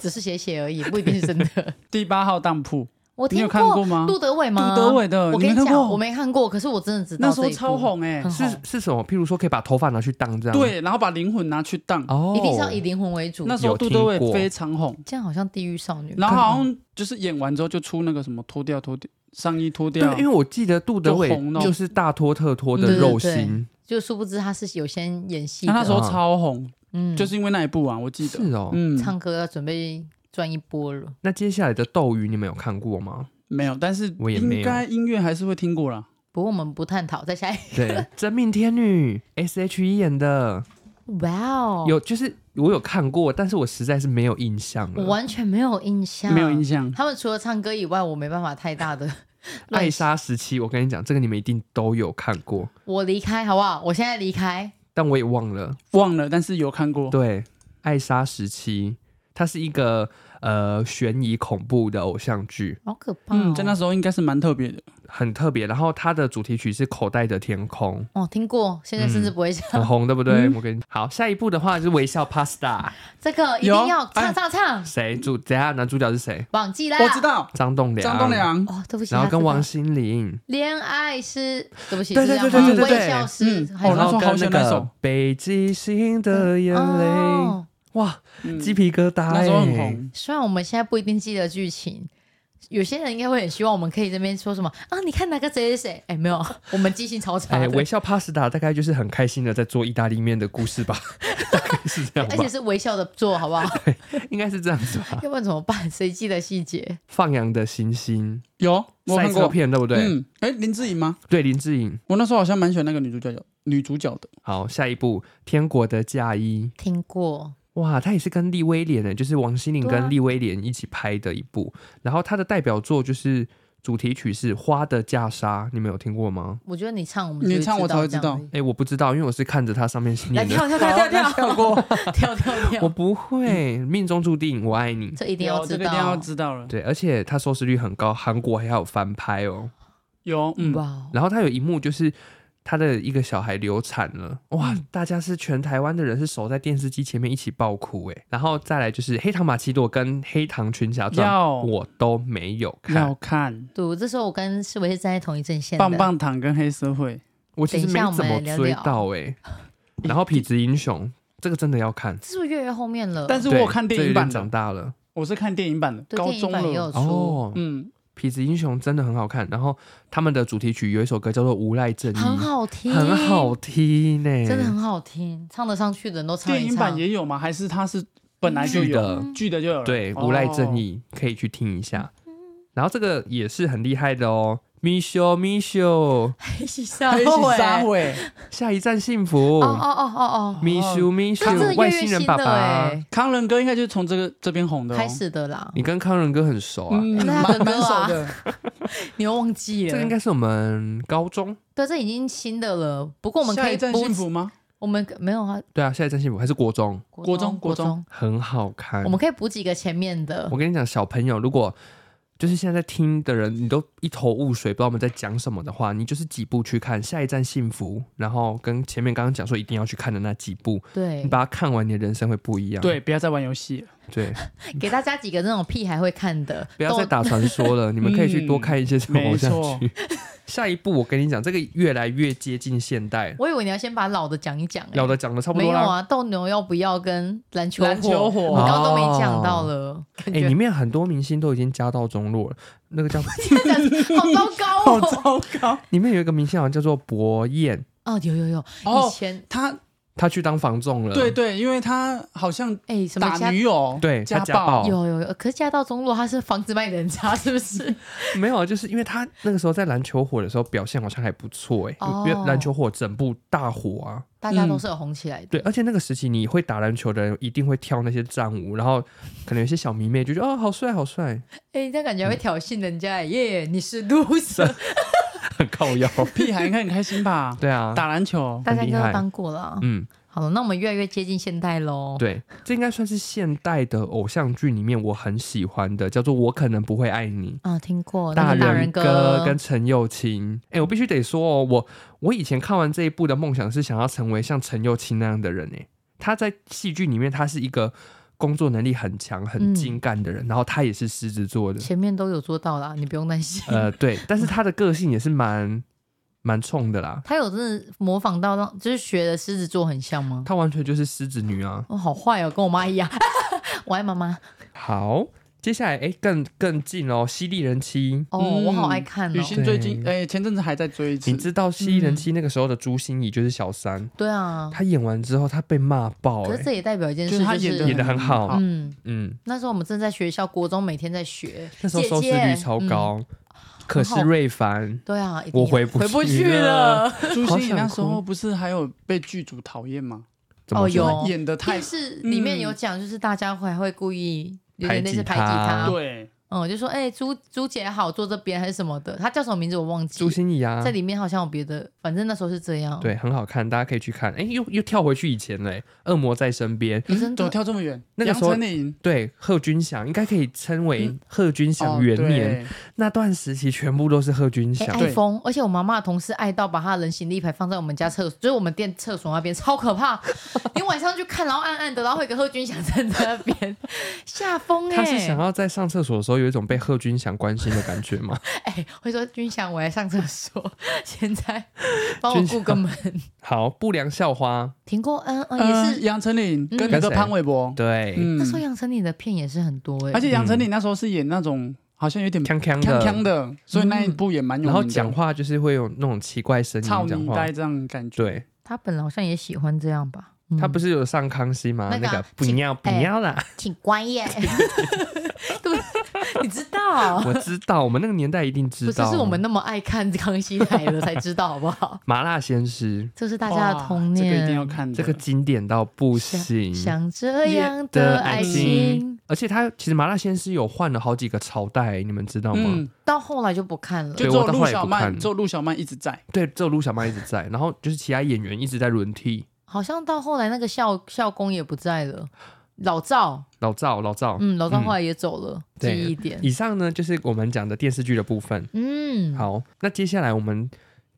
只是写写而已，不一定是 真的。第八号当铺，我你听有看过吗？杜德伟吗？杜德伟的我呃你跟没你看讲，过我没看过，可是我真的知道那时这候一部超，红哎、很是红，是什么？譬如说可以把头发拿去当这样？，对，然后把灵魂拿去当，哦，一定是要以灵魂为主。那时候杜德伟非常红，这样好像地狱少女，嗯然后好像就是演完之后就出那个什么脱掉脱掉上衣脱对啊掉，，因为我记得杜德伟就红了就是大拖特拖的嗯肉哦对对心，就殊不知他是有先演戏他的，那时候超红，嗯就是因为那一部啊，我记得，啊是哦。嗯，唱歌要准备赚一波了。那接下来的斗鱼你们有看 过吗？没有，但是我也没有应该音乐还是会听过啦。不过我们不探讨，再 下一对，真命天女 S H E 演的，哇哦，有就是我有看过，但是我实在是没有印象我了。完全没有印象，没有印。象，他们除了唱歌以外，我没办法太大的 乱艾莎时期，我跟你讲，这个你们一定都有看过，我离开好不好？我现在离开，但我也忘了。忘了，但是有看哦过。对，艾莎时期，它是一个呃悬疑恐怖的偶像剧，好可怕、哦。嗯，在那时候应该是蛮特别的，很特别。然后它的主题曲是《口袋的天空》， 哦，听过，现在甚嗯至不会唱、很红，对不对？嗯我跟你好，下一步的话就是微笑 Pasta，这个，一定有要哎唱唱唱。谁主？等一下男主角是谁？忘记啦，我知道张栋梁，张栋，梁，哦，对不起，然后他跟知道王心凌，恋爱是，对不起，对是这样对对吗对对对微笑是，嗯还有哦然后那时候跟好喜那欢那个首《北极星的眼泪》哦哇，嗯鸡皮疙瘩、那时候很哎红，虽然我们现在不一定记得剧情，有些人应该会很希望我们可以这边说什么啊？你看哪个谁谁谁？哎，没有， 我们记性超差哎，的，微笑 Pasta 大概就是很开心的在做意大利面的故事吧， 大概是这样而且吧，是微笑的做好不 好？应该是这样子吧。要不然怎么办？谁记得细节？放羊的星星，有我赛看车过。片对不对？嗯，哎，林志颖吗？对，林志颖。我那时候好像蛮喜欢那个女主角的，女主角的。好，下一步《天国的嫁衣》。听过，哇，他也是跟欸利威廉的，就是王心凌对啊跟利威廉一起拍的一部。然后他的代表作就是《主题曲是《花的嫁纱》，你们有听过吗？我觉得你唱我们你就唱我才会知这样道哎、我不知道，因为我是看着它上面来念的。跳跳跳跳跳 跳过， 跳跳嗯我跳，不会，命中注定我爱你。这一定有要这知个一定道。要知道了。对，而且它收视率很高，韩国还有翻拍哦。有，嗯，哇，然后它有一幕就是他的一个小孩流产了，哇！嗯大家是全台湾的人是守在电视机前面一起爆哭哎。然后再来就是《黑糖玛奇朵》跟《黑糖群侠传》，要我都没有看要，看对，哦我这时候我跟世伟是站在同一阵线的。棒棒糖跟黑社会，我其实没等一下怎么我们来追聊到哎。然后《痞子英雄》这个真的要看，这是不是越来越后面了？但是我对有看电影版这有点长的，大了我是看电影版的，对高电影中版也有了，出，哦，嗯， 《痞子英雄》真的很好看。然后他们的主题曲有一首歌叫做《无赖正义》，很好听，很好听欸呢、真的很好听，唱得上去的人都唱电一影唱版。也有吗？还是它是本来就剧有的。剧的就有了？对，哦无赖正，义、可以去听一下。然后这个也是很厉害的哦。米修，米修，一起 撒黑喜沙哦会，下一站幸福哦。哦哦哦，米修，米修他真的，越外来星越人新爸了爸。哎，康仁哥应该就是从这个这边红的哦开，始的啦。你跟康仁哥很熟啊？嗯，那他哥蛮哥蛮熟啊的， 你又忘记这了？个应该是我们高中对，这已经新的了。不过我们可下以一站不幸，福吗？我们没有啊，对啊，下一站幸福还是国中，国中国国中中，很好看我。们可以补几个前面的我。跟你讲，小朋友如果就是现在在听的人，你都一头雾水，不知道我们在讲什么的话，你就是几部去看《下一站幸福》，然后跟前面刚刚讲说一定要去看的那几部，对 你，把它看完，你的人生会不一样。对，不要再玩 游戏了，对，给大家几个那种屁孩会看的。不要再都打传说了，你们可以去多看一些这种偶像嗯没剧。下一步我跟你讲，这个越来越接近现代，我以为你要先把老的讲一讲、欸，老的讲的差不没多有啦。啊，斗牛要不要跟篮球篮球火，火我刚刚都没讲到了，感哎、觉、 里面很多明星都已经家道中落了。那个 叫好糟糕 好哦！糟糕。里面有一个明星，好像叫做博彦，哦，有有有，哦以前他他去当房仲了。对对，因为他好像哎、什么打家女友，对，他家家暴有有有，可是家道中落，他是房子卖的很差，是不是？没有，啊，就是因为他那个时候在篮球火的时候表现好像还不错哎、哦因为篮球火整部大火啊，大家都是有红起来的。对，而且那个时期你会打篮球的人一定会跳那些战舞，然后可能有些小迷妹就觉得哦好帅好帅，哎、这样感觉嗯会挑衅人家、欸耶、你是啊 loser，很靠腰，屁孩应该很开心吧？ 对啊，打篮球，大家应该很厉都害当过了。啊嗯好了，那我们越来越接近现代喽。对，这应该算是现代的偶像剧里面我很喜欢的，叫做《我可能不会爱你》。啊，听过那嗯大个大人人哥跟陈又青，哎、我必须得说哦，我我以前看完这一部的梦想是想要成为像陈又青那样的人哎，他在戏剧里面他是一个工作能力很强、很嗯精干的人，然后他也是狮子座的，前面都有做到啦，你不用担心。呃， 对，但是他的个性也是蛮蛮冲的啦，他有真的模仿到让，就是学的狮子座很像吗？他完全就是狮子女啊。哦，好坏哦，跟我妈一样。 我爱妈妈好，接下来哎、诶更更近哦，《犀利人妻》哦，嗯我好爱看雨哦。欣最近哎前阵子还在追一次你，知道《犀利人嗯妻》那个时候的朱心怡就是小三，对啊，她演完之后她被骂爆、可欸，是这也代表一件就事，是他就演是的演得很好嗯，嗯，那时候我们正在学校，国中每天在学，那时候收视率超姐姐。嗯高，可是很好瑞凡对啊，一定有我回不回不去去 了嗯了。朱好星想那时哭候不是还有被剧组讨厌吗？怎么哦说有他演的太电视里面有讲，就是大家还会故意有点类似排排挤挤他他，对，嗯，就说哎、朱朱姐好，坐这边还是什么的，他叫什么名字我忘记朱了。心怡啊在，里面好像有别的，反正那时候是这样。对，很好看，大家可以去看。哎，又又跳回去以前嘞，《恶魔在身边》诶，真怎么的跳这么远？那个杨时候丞琳对贺军翔应该可以称为嗯贺军翔哦元年、对那段时期，全部都是贺军哎、翔。爱疯，而且我妈妈的同事爱到把她的人形立牌放在我们家厕所，就是我们店厕所那边，超可怕。 你晚上去看，然后暗暗的，然后会有一个贺军翔站在那边，吓疯哎！他是想要在上厕所的时候有一种被贺军翔关心的感觉吗？ 哎、会说军翔，我来上厕所， 现在帮我军顾翔个门。 好，不良校花，听过，嗯嗯，也呃是。杨丞琳嗯跟那跟个谁潘玮柏，对，嗯那时候杨丞琳的片也是很多哎、而且杨丞琳那时候是演那嗯种好像有点锵锵锵的，锵的，所以那一部也蛮有嗯然后名讲的，话就是会有那种奇怪声音操讲你话呆。这样感觉。对他本来好像也喜欢这样吧。嗯他不是有上康熙吗？那个那啊个不请要不哎要啦， 挺乖耶，对，你知道，我知道，我们那个年代一定不 知是道。是我们那么爱看《康熙来了》才知道，好不好？ 麻辣鲜师这是大哇，家的童年，这个一定要看的。这个经典到不想行，想这样的爱的爱情，而且它其实麻辣鲜师有换了好几个朝代，你们知道吗？嗯，到后来就不看了。就对只有我到后陆来也小不曼，看只有陆小曼一直在。对，只有陆小曼一直在，然后就是其他演员一直在轮替。好像到后来那个校校工也不在了，老赵，老赵，老赵，嗯，老赵后来也走了，对记忆点，以上呢就是我们讲的电视剧的部分。嗯，，好，那接下来我们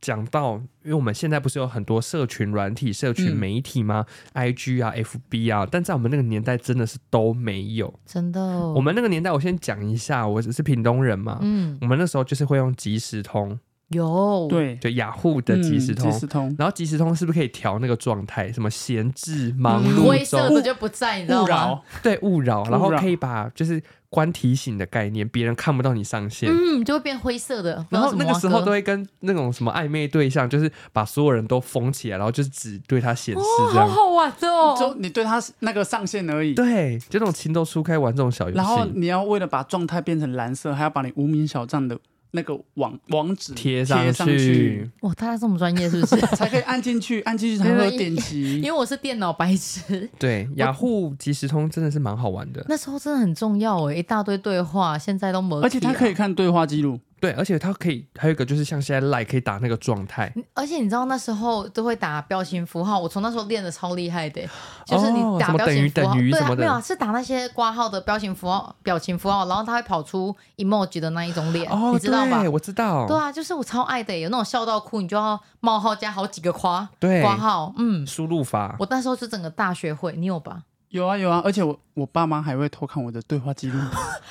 讲到，因为我们现在不是有很多社群软体、社群嗯媒体吗、i g 啊、FB 啊，但在我们那个年代真的是都没有。真的哦，我们那个年代，我先讲一下，我只是屏东人嘛，嗯我们那时候就是会用即时通，有，对，就雅虎的即时通。嗯即时通，然后即时通是不是可以调那个状态？什么闲置、忙嗯碌灰色中，的就不在，你知道勿吗？扰，对勿扰，然后勿扰可以把就是关提醒的概念，别人看不到你上线。嗯，就会变灰色的。然后不知道什那么个时候歌都会跟那种什么暧昧对象，就是把所有人都封起来，然后就是只对他显示哦，好这样。好玩的就哦，你对他那个上限而已。对，就那种情窦初开玩这种小游然后戏，你要为了把状态变成蓝色，还要把你无名小站的那个网网址贴上上去。哇，大家这么专业是 不是？ 才可以按 进去，按进去才会有点因击。为我是电脑白痴，对，雅虎即时通真的是蛮好玩的。那时候真的很重要哎，一大堆对话，现在都没。而且它可以，看对话记录，对，而且它可以还有一个就是像现在 Line 可以打那个状态，而且你知道那时候都会打标形符号，我从那时候练的超厉害的欸，就是你哦打什么标等于形符号，等于对什啊，么的没有啊是打那些挂号的标形符号、表情符号，然后它会跑出 emoji 的那一种脸，哦，你知道吧对，？我知道，对啊，就是我超爱的欸，有那种笑到哭，你就要冒号加好几个夸，对括号，嗯，输入法，我那时候是整个大学会，你有吧？有啊有啊，而且我我爸妈还会偷看我的对话记录，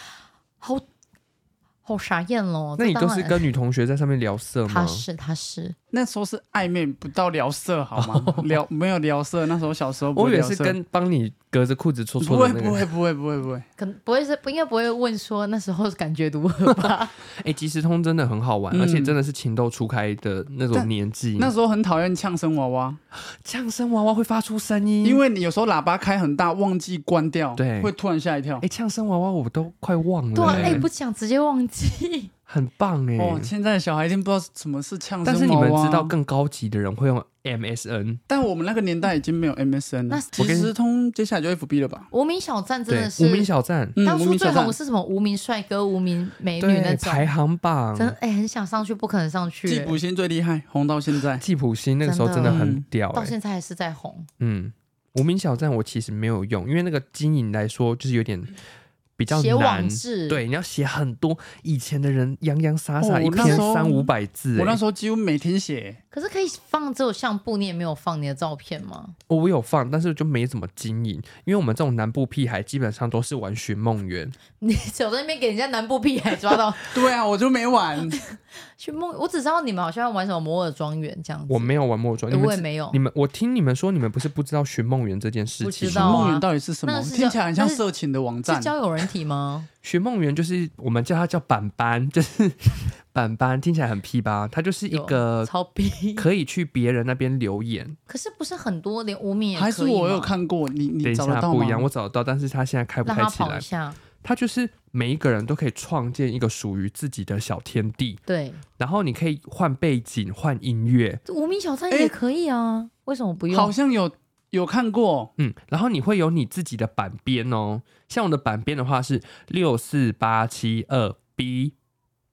好好傻眼咯。那你这都当是然跟女同学在上面聊色他吗？欸是他是那时候是暧昧，不到聊色好吗？聊没有聊色，那时候小时候不哦我会以为聊是色，跟帮你隔着裤子搓不搓会的那不个。会不会不会不会，可能不会是不应该不会问说那时候感觉如何吧？ 哎，即时通真的很好玩，嗯而且真的是情窦初开的那种但年纪。那时候很讨厌呛声娃娃，降生娃娃会发出声音，因为你有时候喇叭开很大，忘记关掉，嗯对会突然吓一跳哎、。呛声娃娃我都快忘了、对啊，欸哎、不讲直接忘记，很棒哎、哦，现在的小孩一定不知道什么是呛但是声你娃们娃。知道，更高级的人会用 MSN，但我们那个年代已经没有 MSN 那了，即我跟你时通接下来就 FB 了吧？无名小站真对的，是无名小站，嗯，当无初名最小站红是什么？无名帅哥、无名美女那对，种，排行榜，真的哎、很想上去，不可能上去、季普星最厉害，红到现在。吉普星那个时候真的很屌到哎、现在还是在红。嗯，无名小站我其实没有用，因为那个经营来说就是有点比较写网难。志，，对，你要写很多，以前的人洋洋洒洒、哦一我那篇时候三五百字、我那哎时候几乎每天写，可是可以放只有相簿，你也没有放你的照片吗？ 我我有放，但是就没怎么经营，因为我们这种南部屁孩基本上都是玩寻梦园，你走在那边给人家南部屁孩抓 到对啊，我就 没玩。去梦，我只知道你们好像玩什么摩尔庄园这样子，我没有玩魔装，你我们也知没有你，们，我听你们说，你们不是不知道寻梦园这件事不情知吗？道梦啊园到底是什那么？个是叫听起来很像色情的网是站。交友人体吗？寻梦园就是我们叫它叫板板，就是 板板，听起来很屁吧？它就是一有个超逼，可以去别人那边留言。可是不是很多连无名也可以还是我有吗，看过，你等你一找得下到不吗一？样，我找得到，但是它现在开不让开他起跑来一。下，它就是每一个人都可以创建一个属于自己的小天地，对，然后你可以换背景、换音乐，这无名小站哎也可以啊，为什么不好用？像有有看过，嗯，然后你会有你自己的版编哦。像我的版编的话是六四八七二 B。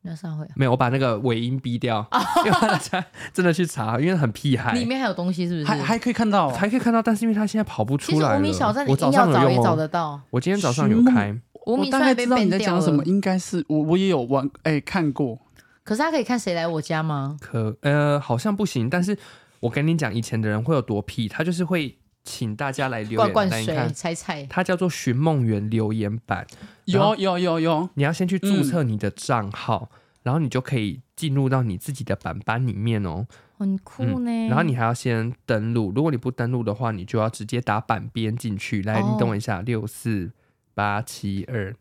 那上回没有，我把那个尾音逼 掉，因为大家真的去查，因为很屁孩里，面还有东西是不还是？还可以看到哦。哎还可以看到，但是因为他现在跑不其出实来无了。名小站你我硬要早上有找也用找哦，得到，我今天早上有开，无我名大小站概被知道你变在掉讲了什么，。应该是我我也有玩，哎，看过。可是他可以看谁来我家吗？可呃好像不行，但是我跟你讲，以前的人会有多屁，他就是会请大家来留灌言，灌来你水、看，踩踩，它叫做寻梦园留言版，然后有有有有，你要先去注册你的账号，然后你就可以进入到你自己的版版里面哦。很酷嗯呢。然后你还要先登录，如果你不登录的话，你就要直接打板边进去。来，哦你等我一下，六四八七二。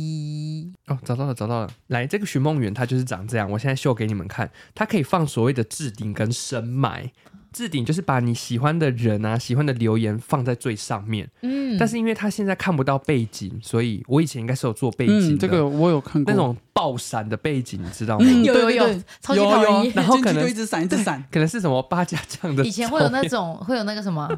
B 哦，找到了，找到了。来，这个寻梦园它就是长这样，我现在秀给你们看。它可以放所谓的置顶跟深埋，置顶就是把你喜欢的人啊、喜欢的留言放在最上面，嗯，但是因为他现在看不到背景，所以我以前应该是有做背景的，嗯，这个我有看过那种爆闪的背景，你知道吗？嗯有有对对有对，超级讨人厌。然后进去可能就一直闪一直闪，可能是什么八家将的照 片，以前会有那种会有那个什么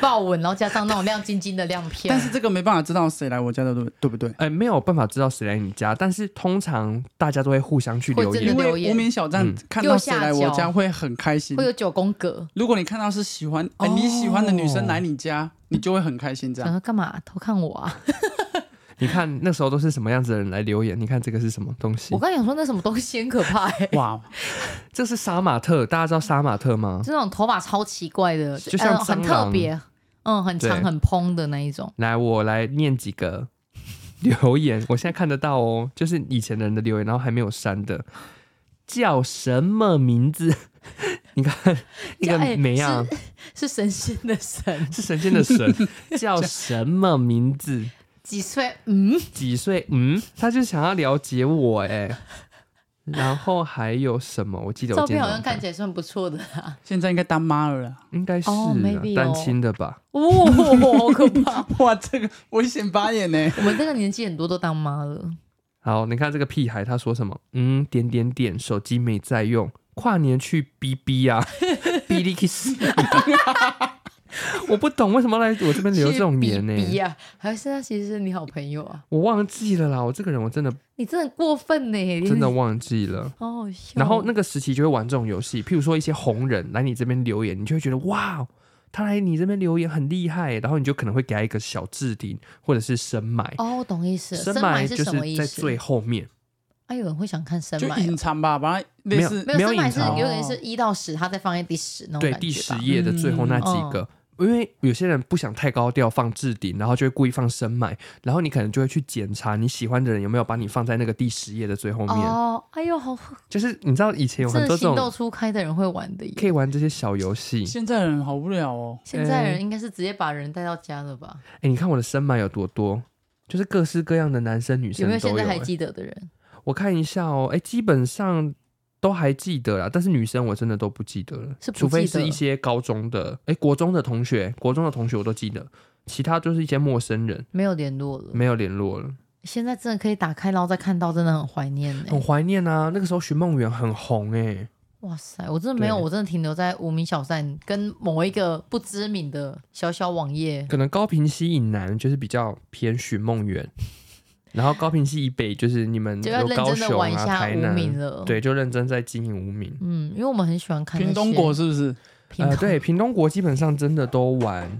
豹纹，然后加上那种亮晶晶的亮片但。是这个没办法知道谁来我家的，对不对不对？ 哎，没有办法知道谁来你家，但是通常大家都会互相去会留真的言因。留为言无名小站嗯看到谁来右我下家角会很开心会。有九宫格，如果你看到是喜欢哎哦你喜欢的女生来你家，你就会很开心这想样。说干嘛偷看我啊？你看那时候都是什么样子的人来留言？你看这个是什么东西我？刚想说那什么东西很可怕、 欸，哇，这是杀马特，大家知道杀马特吗？就那种头发超奇怪的，就像呃很蟑特螂别，嗯，很长对很蓬的那一种。来，我来念几个 留言，我现在看得到哦，就是以前的人的留言，然后还没有删的，叫什么名字？ 你看那叫哎个梅啊，是神仙的 神，是神仙 的神，叫什么名字？几岁？嗯，几岁？嗯，他就想要了解我哎、然后还有什么？我记得我照今片天好像看有起来算不错的啊。现在应该当妈 了啦。应该是、啊哦，maybe 单哦亲的吧？哦，好可怕！哇，这个危险发言 呢？我们这个年纪很多都当妈了，好，你看这个屁孩他说什么？嗯，点点点，手机没在用，跨年去 B B 啊，B B kiss。我不懂为什么来我这边留这种言呢、去比啊比呀，还是他其实是你好朋友啊？我忘记了啦，我这个人我真的你真的很过分呢、真的忘记了。好好笑。然后那个时期就会玩这种游戏，譬如说一些红人来你这边留言，你就会觉得哇，他来你这边留言很厉害，然后你就可能会给他一个小置顶或者是深埋。哦，我懂意思了，深埋埋是就什么意是在思？最后面，啊，有人会想看深就埋哦、隐藏吧，把它类似没有，深没有埋隐是藏有点是一到十，它再放在第十那种对感第觉十吧。页的最后那几嗯个，因为有些人不想太高调放置顶，然后就会故意放深埋，然后你可能就会去检查你喜欢的人有没有把你放在那个第十页的最后面，哦，哎呦，好，就是你知道以前有很这多是这心豆种初开的人会玩的耶。可以玩这些小游戏。现在人好无聊哦。现呃在人应该是直接把人带到家了吧？哎、你看我的深埋有多多，就是各式各样的男生女生有没有都现在还欸记得的人？我看一下哦，哎、基本上都还记得啦，但是女生我真的都不记得了，是不除非记得是一些高中的，哎、国中的同学，国中的同学我都记得，其他就是一些陌生人，没有联络了。没有联络了，现在真的可以打开，然后再看到，真的很怀念呢、很怀念啊。那个时候寻梦园很红哎、哇塞，我真的没有，对我真的停留在无名小站跟某一个不知名的小小网页。可能高平西以南就是比较偏寻 梦园，然后高平西以北就是你们就要有认高真的雄玩一啊、下台无名南，了。，对，就认真在经营无名。嗯，因为我们很喜欢看那些屏东国是不是？屏呃，东对，屏东国基本上真的都玩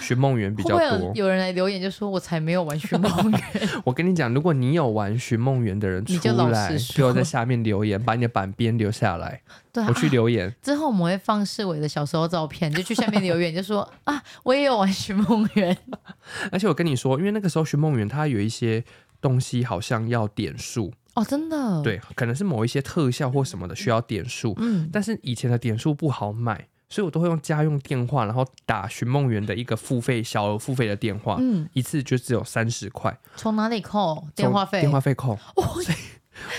寻梦园比会较不会多有。有人来留言就说我才没有玩寻梦园？ 我跟你讲，如果你有玩寻梦园的人你出就老来实，说给我在下面留言，把你的版边留下 来，对啊，我去啊留言。之后我们会放世伟的小时候照片，就去下面留言就说啊，我也有玩寻梦园。而且我跟你说，因为那个时候寻梦园它有一些东西好像要点数，哦，真的，，对，可能是某一些特效或什么的需要点数，嗯，但是以前的点数不好买，所以我都会用家用电话，然后打寻梦园的一个付费小额付费的电话，嗯，一次就只有三十块，从哪里扣电话从费？电话费扣，我就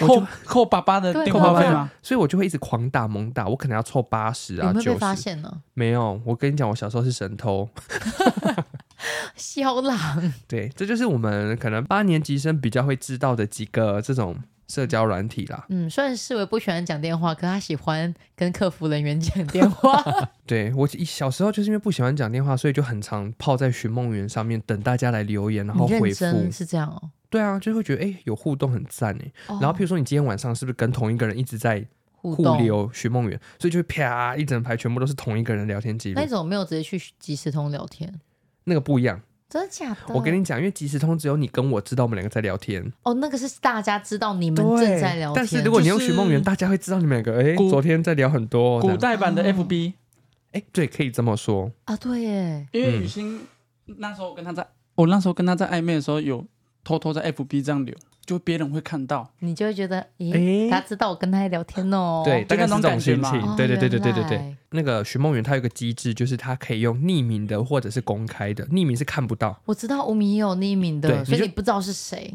扣扣爸爸的对电话费扣爸吗？所以我就会一直狂打猛打，我可能要凑八十有啊没有被九发十，现呢？没有，我跟你讲，我小时候是神偷。肖朗，对，这就是我们可能八年级生比较会知道的几个这种社交软体啦。嗯，虽然世伟不喜欢讲电话，可他喜欢跟客服人员 讲电话。对我一小时候就是因为不喜欢讲电话，所以就很常泡在寻梦园上面等大家来留言，然后你认回复真。是这样哦。对啊，就会觉得哎、诶有互动很赞哎。哦然后譬如说你今天晚上是不是跟同一个人一直在互互留寻梦园，所以就会啪一整排全部都是同一个人聊天记录那，种没有直接去即时通聊天，那个不一样。真的假的？我跟你讲，因为即时通只有你跟我知道我们两个在聊天，哦，那个是大家知道你们正对在聊天，但是如果你用寻梦园，就是大家会知道你们两个哎、诶古昨天在聊很多哦、这古样代版的哦 FB，哎、对，可以这么说。啊，对耶，因为嗯雨欣那时候我跟他在，我那时候跟他在暧昧的时候，有偷偷在 FB 这样留，就别人会看到。你就会觉得，咦，诶他知道我跟他在聊天哦，对，就大概那是种这感种觉心嘛情。哦对对对对对对原对来。那个寻梦园它有一个机制，就是它可以用匿名的或者是公开的，匿名是看不到我知道无名也有匿名的，对所以你就你不知道是谁，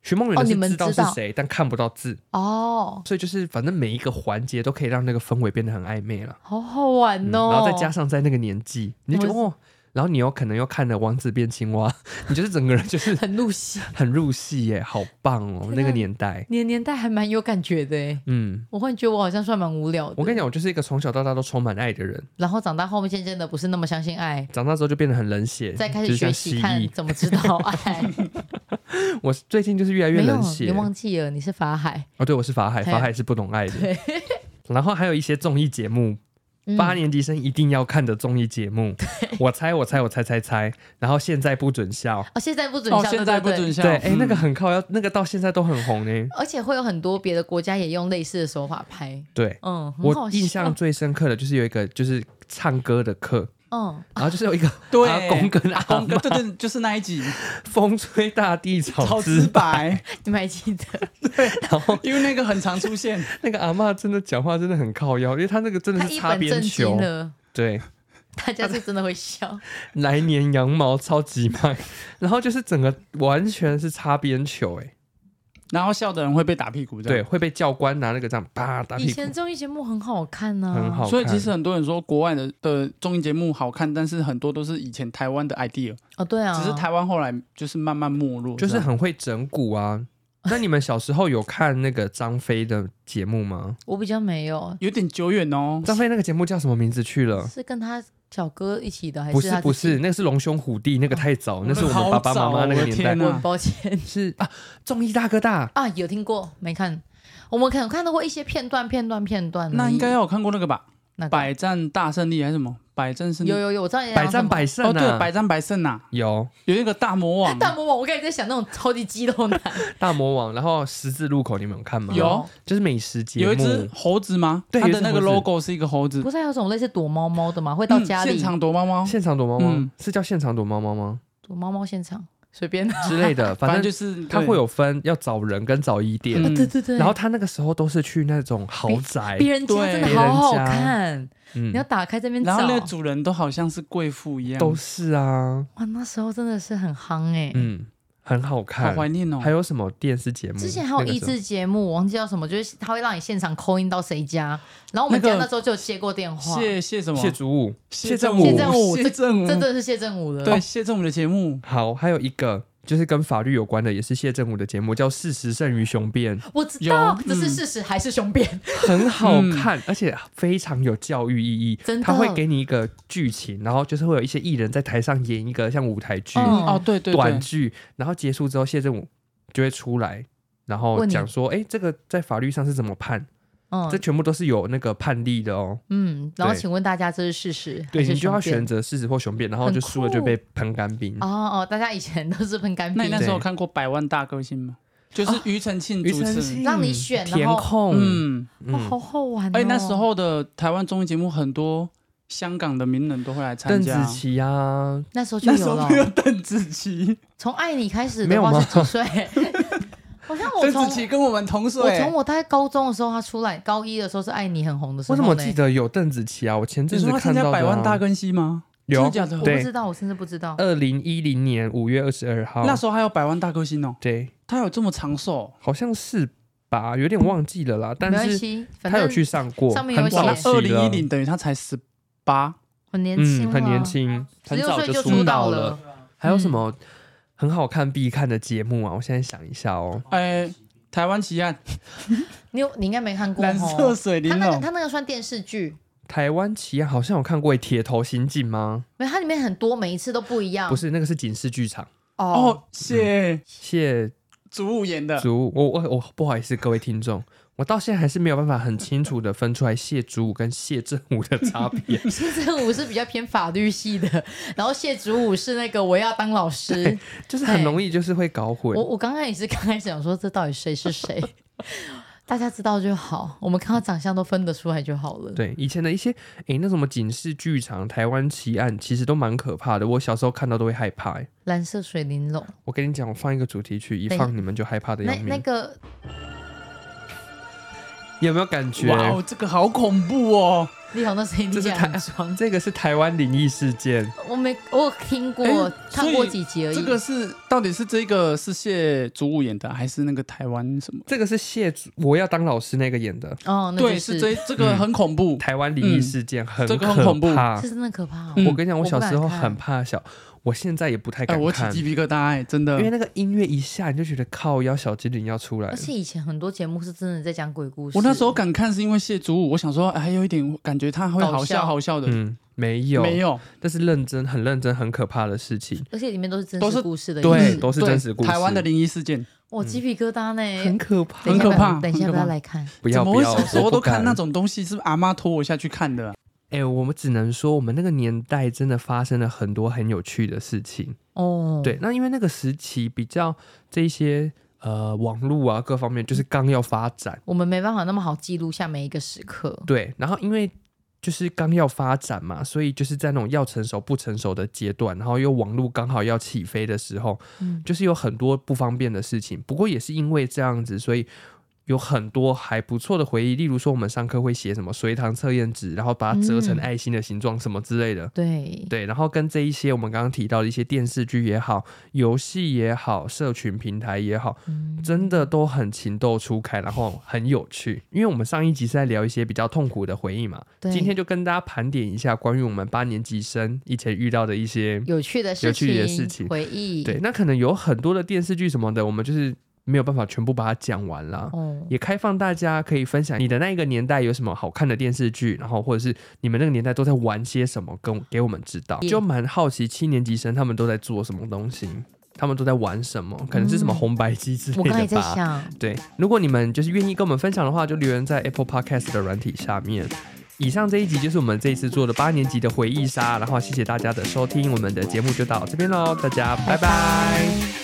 寻梦园哦的你是们知道知是道谁，但看不到字，哦，所以就是反正每一个环节都可以让那个氛围变得很暧昧了。好好玩嗯哦。然后再加上在那个年纪，你就觉得哦，然后你有可能又看了《王子变青蛙》， 你就是整个人就是很入戏，很入戏耶，好棒哦，真的那个年代。你的年代还蛮有感觉的诶。嗯，我会觉得我好像算蛮无聊的。我跟你讲，我就是一个从小到大都充满爱的人，然后长大后面渐渐的不是那么相信爱，长大之后就变得很冷血，再开就始是像学习蜥看蜴怎么知道 爱。我最近就是越来越没有冷，血你。忘记了，你是法海。哦，对，我是法海，嘿法海是不懂爱的。对， 然后还有一些综艺节目，嗯八年级生一定要看的综艺节 目。我猜，我猜，我猜猜猜。然后现在不准笑，哦，现在不准哦，笑，现在对对不准笑，对，哎、嗯那个很靠要，那个到现在都很红呢。而且会有很多别的国家也用类似的手法拍，对，嗯，很好我笑印象，最深刻的就是有一个就是唱歌的课，嗯，然后就是有一个 对阿公跟阿 红嬷对对，就是那 一集风吹大地草超之直白，白，你们还记得？然后因为那个很常出现，那个阿嬷真的讲话真的很靠腰，因为她那个真的他是一擦本边正球经，的，对，大家是真的会 笑，来年羊毛超级卖，然后就是整个完全是擦边球、哎，然后笑的人会被打屁股，这对，样。会被教官拿那个这样啪打以屁股前，综艺节目很好看啊呢、很好看。所以其实很多人说国外的的综艺节目好看，但是很多都是以前台湾的 idea，哦，对啊，只是台湾后来就是慢慢没落，就是这样很会整蛊啊。那你们小时候有看那个张飞的节目吗？我比较没有，有点久远哦。张飞那个节目叫什么名字去了？是跟他小哥一起的，还嗯不是是他不自己是，，那个是龙兄虎弟，那个太早，那是我们好爸爸妈早妈哦那个我的年代天。我哪很嗯抱歉是啊，综艺大哥大，啊，有听过没看？我们可能看到过一些片段、片段、片段而已，那应该要有看过那个吧，那个《百战大胜利》还是什么？百战胜利有有哎有，我知道你在百讲战什么百胜哦，啊，对，百战百胜啊呐，有有一个大魔王，大魔王，我刚才在想那种超级肌肉男，大魔王，然后十字路口你们有看吗？ 有，就是美食节目，有一只猴子吗？对它有的一只那个猴子 logo 是一个猴子，不是还有种类似躲猫猫的吗？会到嗯家现里场躲猫猫，现场躲猫猫、嗯是叫现场躲猫猫 吗？躲猫猫现场，啊随 便。之类的，反反正就是它会有分要找人跟找衣店，嗯对对对，然后他那个时候都是去那种豪宅， 别人家对真的好好看，嗯你要打开这边对，找然后那个主人都好像是贵妇一样，都是啊，哇，那时候真的是很夯哎。嗯，很好好看。怀念哦。还有什么电视嗯节目？之前还有那个益时候智节目，我忘记叫什么，就是他会让你现场扣音到谁家，然后我们家那个那时候就有接过电话，谢谢什么？谢祖武、谢正谢正武谢正武，这真的是谢振武了。对哦，谢正武的节目，好，还有一个就是跟法律有关的，也是谢振武的节目，叫《事实胜于雄辩》，我知道有这是嗯事实还是雄 辩，很好看，嗯而且非常有教育意义。真的他会给你一个剧情，然后就是会有一些艺人在台上演一个像舞台剧、嗯哦，对对短对，剧，然后结束之后，谢振武就会出来。然后问你讲说，哎，这个在法律上是怎么判？嗯这全部都是有那个判例的哦。嗯，然后对请问大家这是事实还对，是你就要雄辩选嗯择事实或雄辩，然后很就输了酷就被喷干冰。哦哦，大家以前都是喷 干那冰你，那时候有看过《百万大歌星》吗？哦就是庾澄嗯庆主持，让你选然填后空，嗯，哇，嗯好好玩哦！哎，那时候的台湾综艺节目很多香港的名人都会来参邓紫加，棋啊，那时候就那时有候了没，有邓紫棋，从爱你开始没的有话吗是几 岁？好像我邓从紫棋跟我们同我从岁。我大概高中的时候，他出来，高一的时候是爱你很红的时候为呢。什么我记得有邓紫棋啊？我前你阵子说他看参加到的、啊、《百万大更新》吗？真有的假的我？不对呃知道，我甚至不知道。二零一零年五月二十二号，那时候还有百万大歌星哦，对，他有这么长寿？哦好像是吧，有点忘记了啦。没但关是系，反他有正去上过，上面有很写早哇，那期二零了一零，等于他才十八，很年轻嗯，啦，很年轻，很16早岁就出出道了了。嗯对啊，还有什么很好看必看的节目啊？我现在想一下哦，哎，台湾奇案、你有你应该没看过蓝色哦。水玲他那个他珑，那个算电视剧，台湾奇案好像有看过《铁头行进》吗？没有，它里面很多，每一次都不一样。不是，那个是警视剧场。哦， 哦，谢谢祖武 演的，祖武，我我我不好意思，各位听众，我到现在还是没有办法很清楚的分出来谢祖武跟谢振武的差别。谢振武是比较偏法律系的，然后谢祖武是那个我要当老 师。就是很容易就是会搞混我。我刚刚也是刚开始想说，这到底谁是 谁？大家知道就好，我们看到长相都分得出来就好了。对，以前的一些诶，那什么警示剧场、台湾奇案，其实都蛮可怕的。我小时候看到都会害怕、诶蓝色水玲珑，我跟你讲，我放一个主题曲，一对放你们就害怕的要那命。那个有没有感觉？哇哦，这个好恐怖哦！力宏那声音听起来很这装，这个是台湾灵异事件，我没我有听过、哎看过几集而已。这个是到底是这个是谢祖武演的，还是那个台湾什么？这个是谢祖我要当老师那个演的哦，那就对，是这这嗯个很恐怖。台湾灵异事件，很这个很可恐怖怕是真的可怕、哦。嗯我跟你讲，我小时候很我不敢怕小，我现在也不太哎，敢我起看，鸡皮疙瘩，哎，真因为的。那个音乐一下你就觉得靠腰小精灵要出来而了。且以前很多节目是真的在讲鬼故事。我那时候敢看是因为谢祖武，我想说，哎，还有一点感觉他会搞好笑笑好笑的，嗯，没有，没，有，但是认真，很认真，很可怕的事情，而且里面都是真都是实故事的意思，对，都是嗯对真实故事。台湾的灵异事件，我鸡皮疙瘩很哎呢，可怕，等一下很不可要怕等一下很可不要怕来看，不怎要么不会要，小时我候不都看敢那。种东西？是不是阿妈拖我下去看的啊？哎、我们只能说，我们那个年代真的发生了很多很有趣的事情。哦，对，那因为那个时期比较这一些呃网络啊各方面就是刚要发展，我们没办法那么好记录下每一个时刻。对，然后因为就是刚要发展嘛，所以就是在那种要成熟不成熟的阶段，然后又网络刚好要起飞的时候，嗯就是有很多不方便的事情。不过也是因为这样子，所以。有很多还不错的回忆，例如说我们上课会写什么随堂测验纸，然后把它折成嗯爱心的形状什么之类的。对对，然后跟这一些我们刚刚提到的一些电视剧也好、游戏也好、社群平台也好，嗯真的都很情窦初开，然后很有趣。因为我们上一集是在聊一些比较痛苦的回忆嘛，对今天就跟大家盘点一下关于我们八年级生以前遇到的一些，有趣的事有情，趣的事情回忆，对，那可能有很多的电视剧什么的，我们就是没有办法全部把它讲完啦。哦，也开放大家可以分享你的那一个年代有什么好看的电视剧，然后或者是你们那个年代都在玩些什么，跟给我们知道。也就蛮好奇七年级生他们都在做什么东西，他们都在玩什么，可能是什么嗯红白机之我刚才类在的吧。想，对，如果你们就是愿意跟我们分享的话，就留言在 Apple Podcast 的软体下面。以上这一集就是我们这一次做的八年级的回忆杀，然后谢谢大家的收听，我们的节目就到这边喽，大家拜拜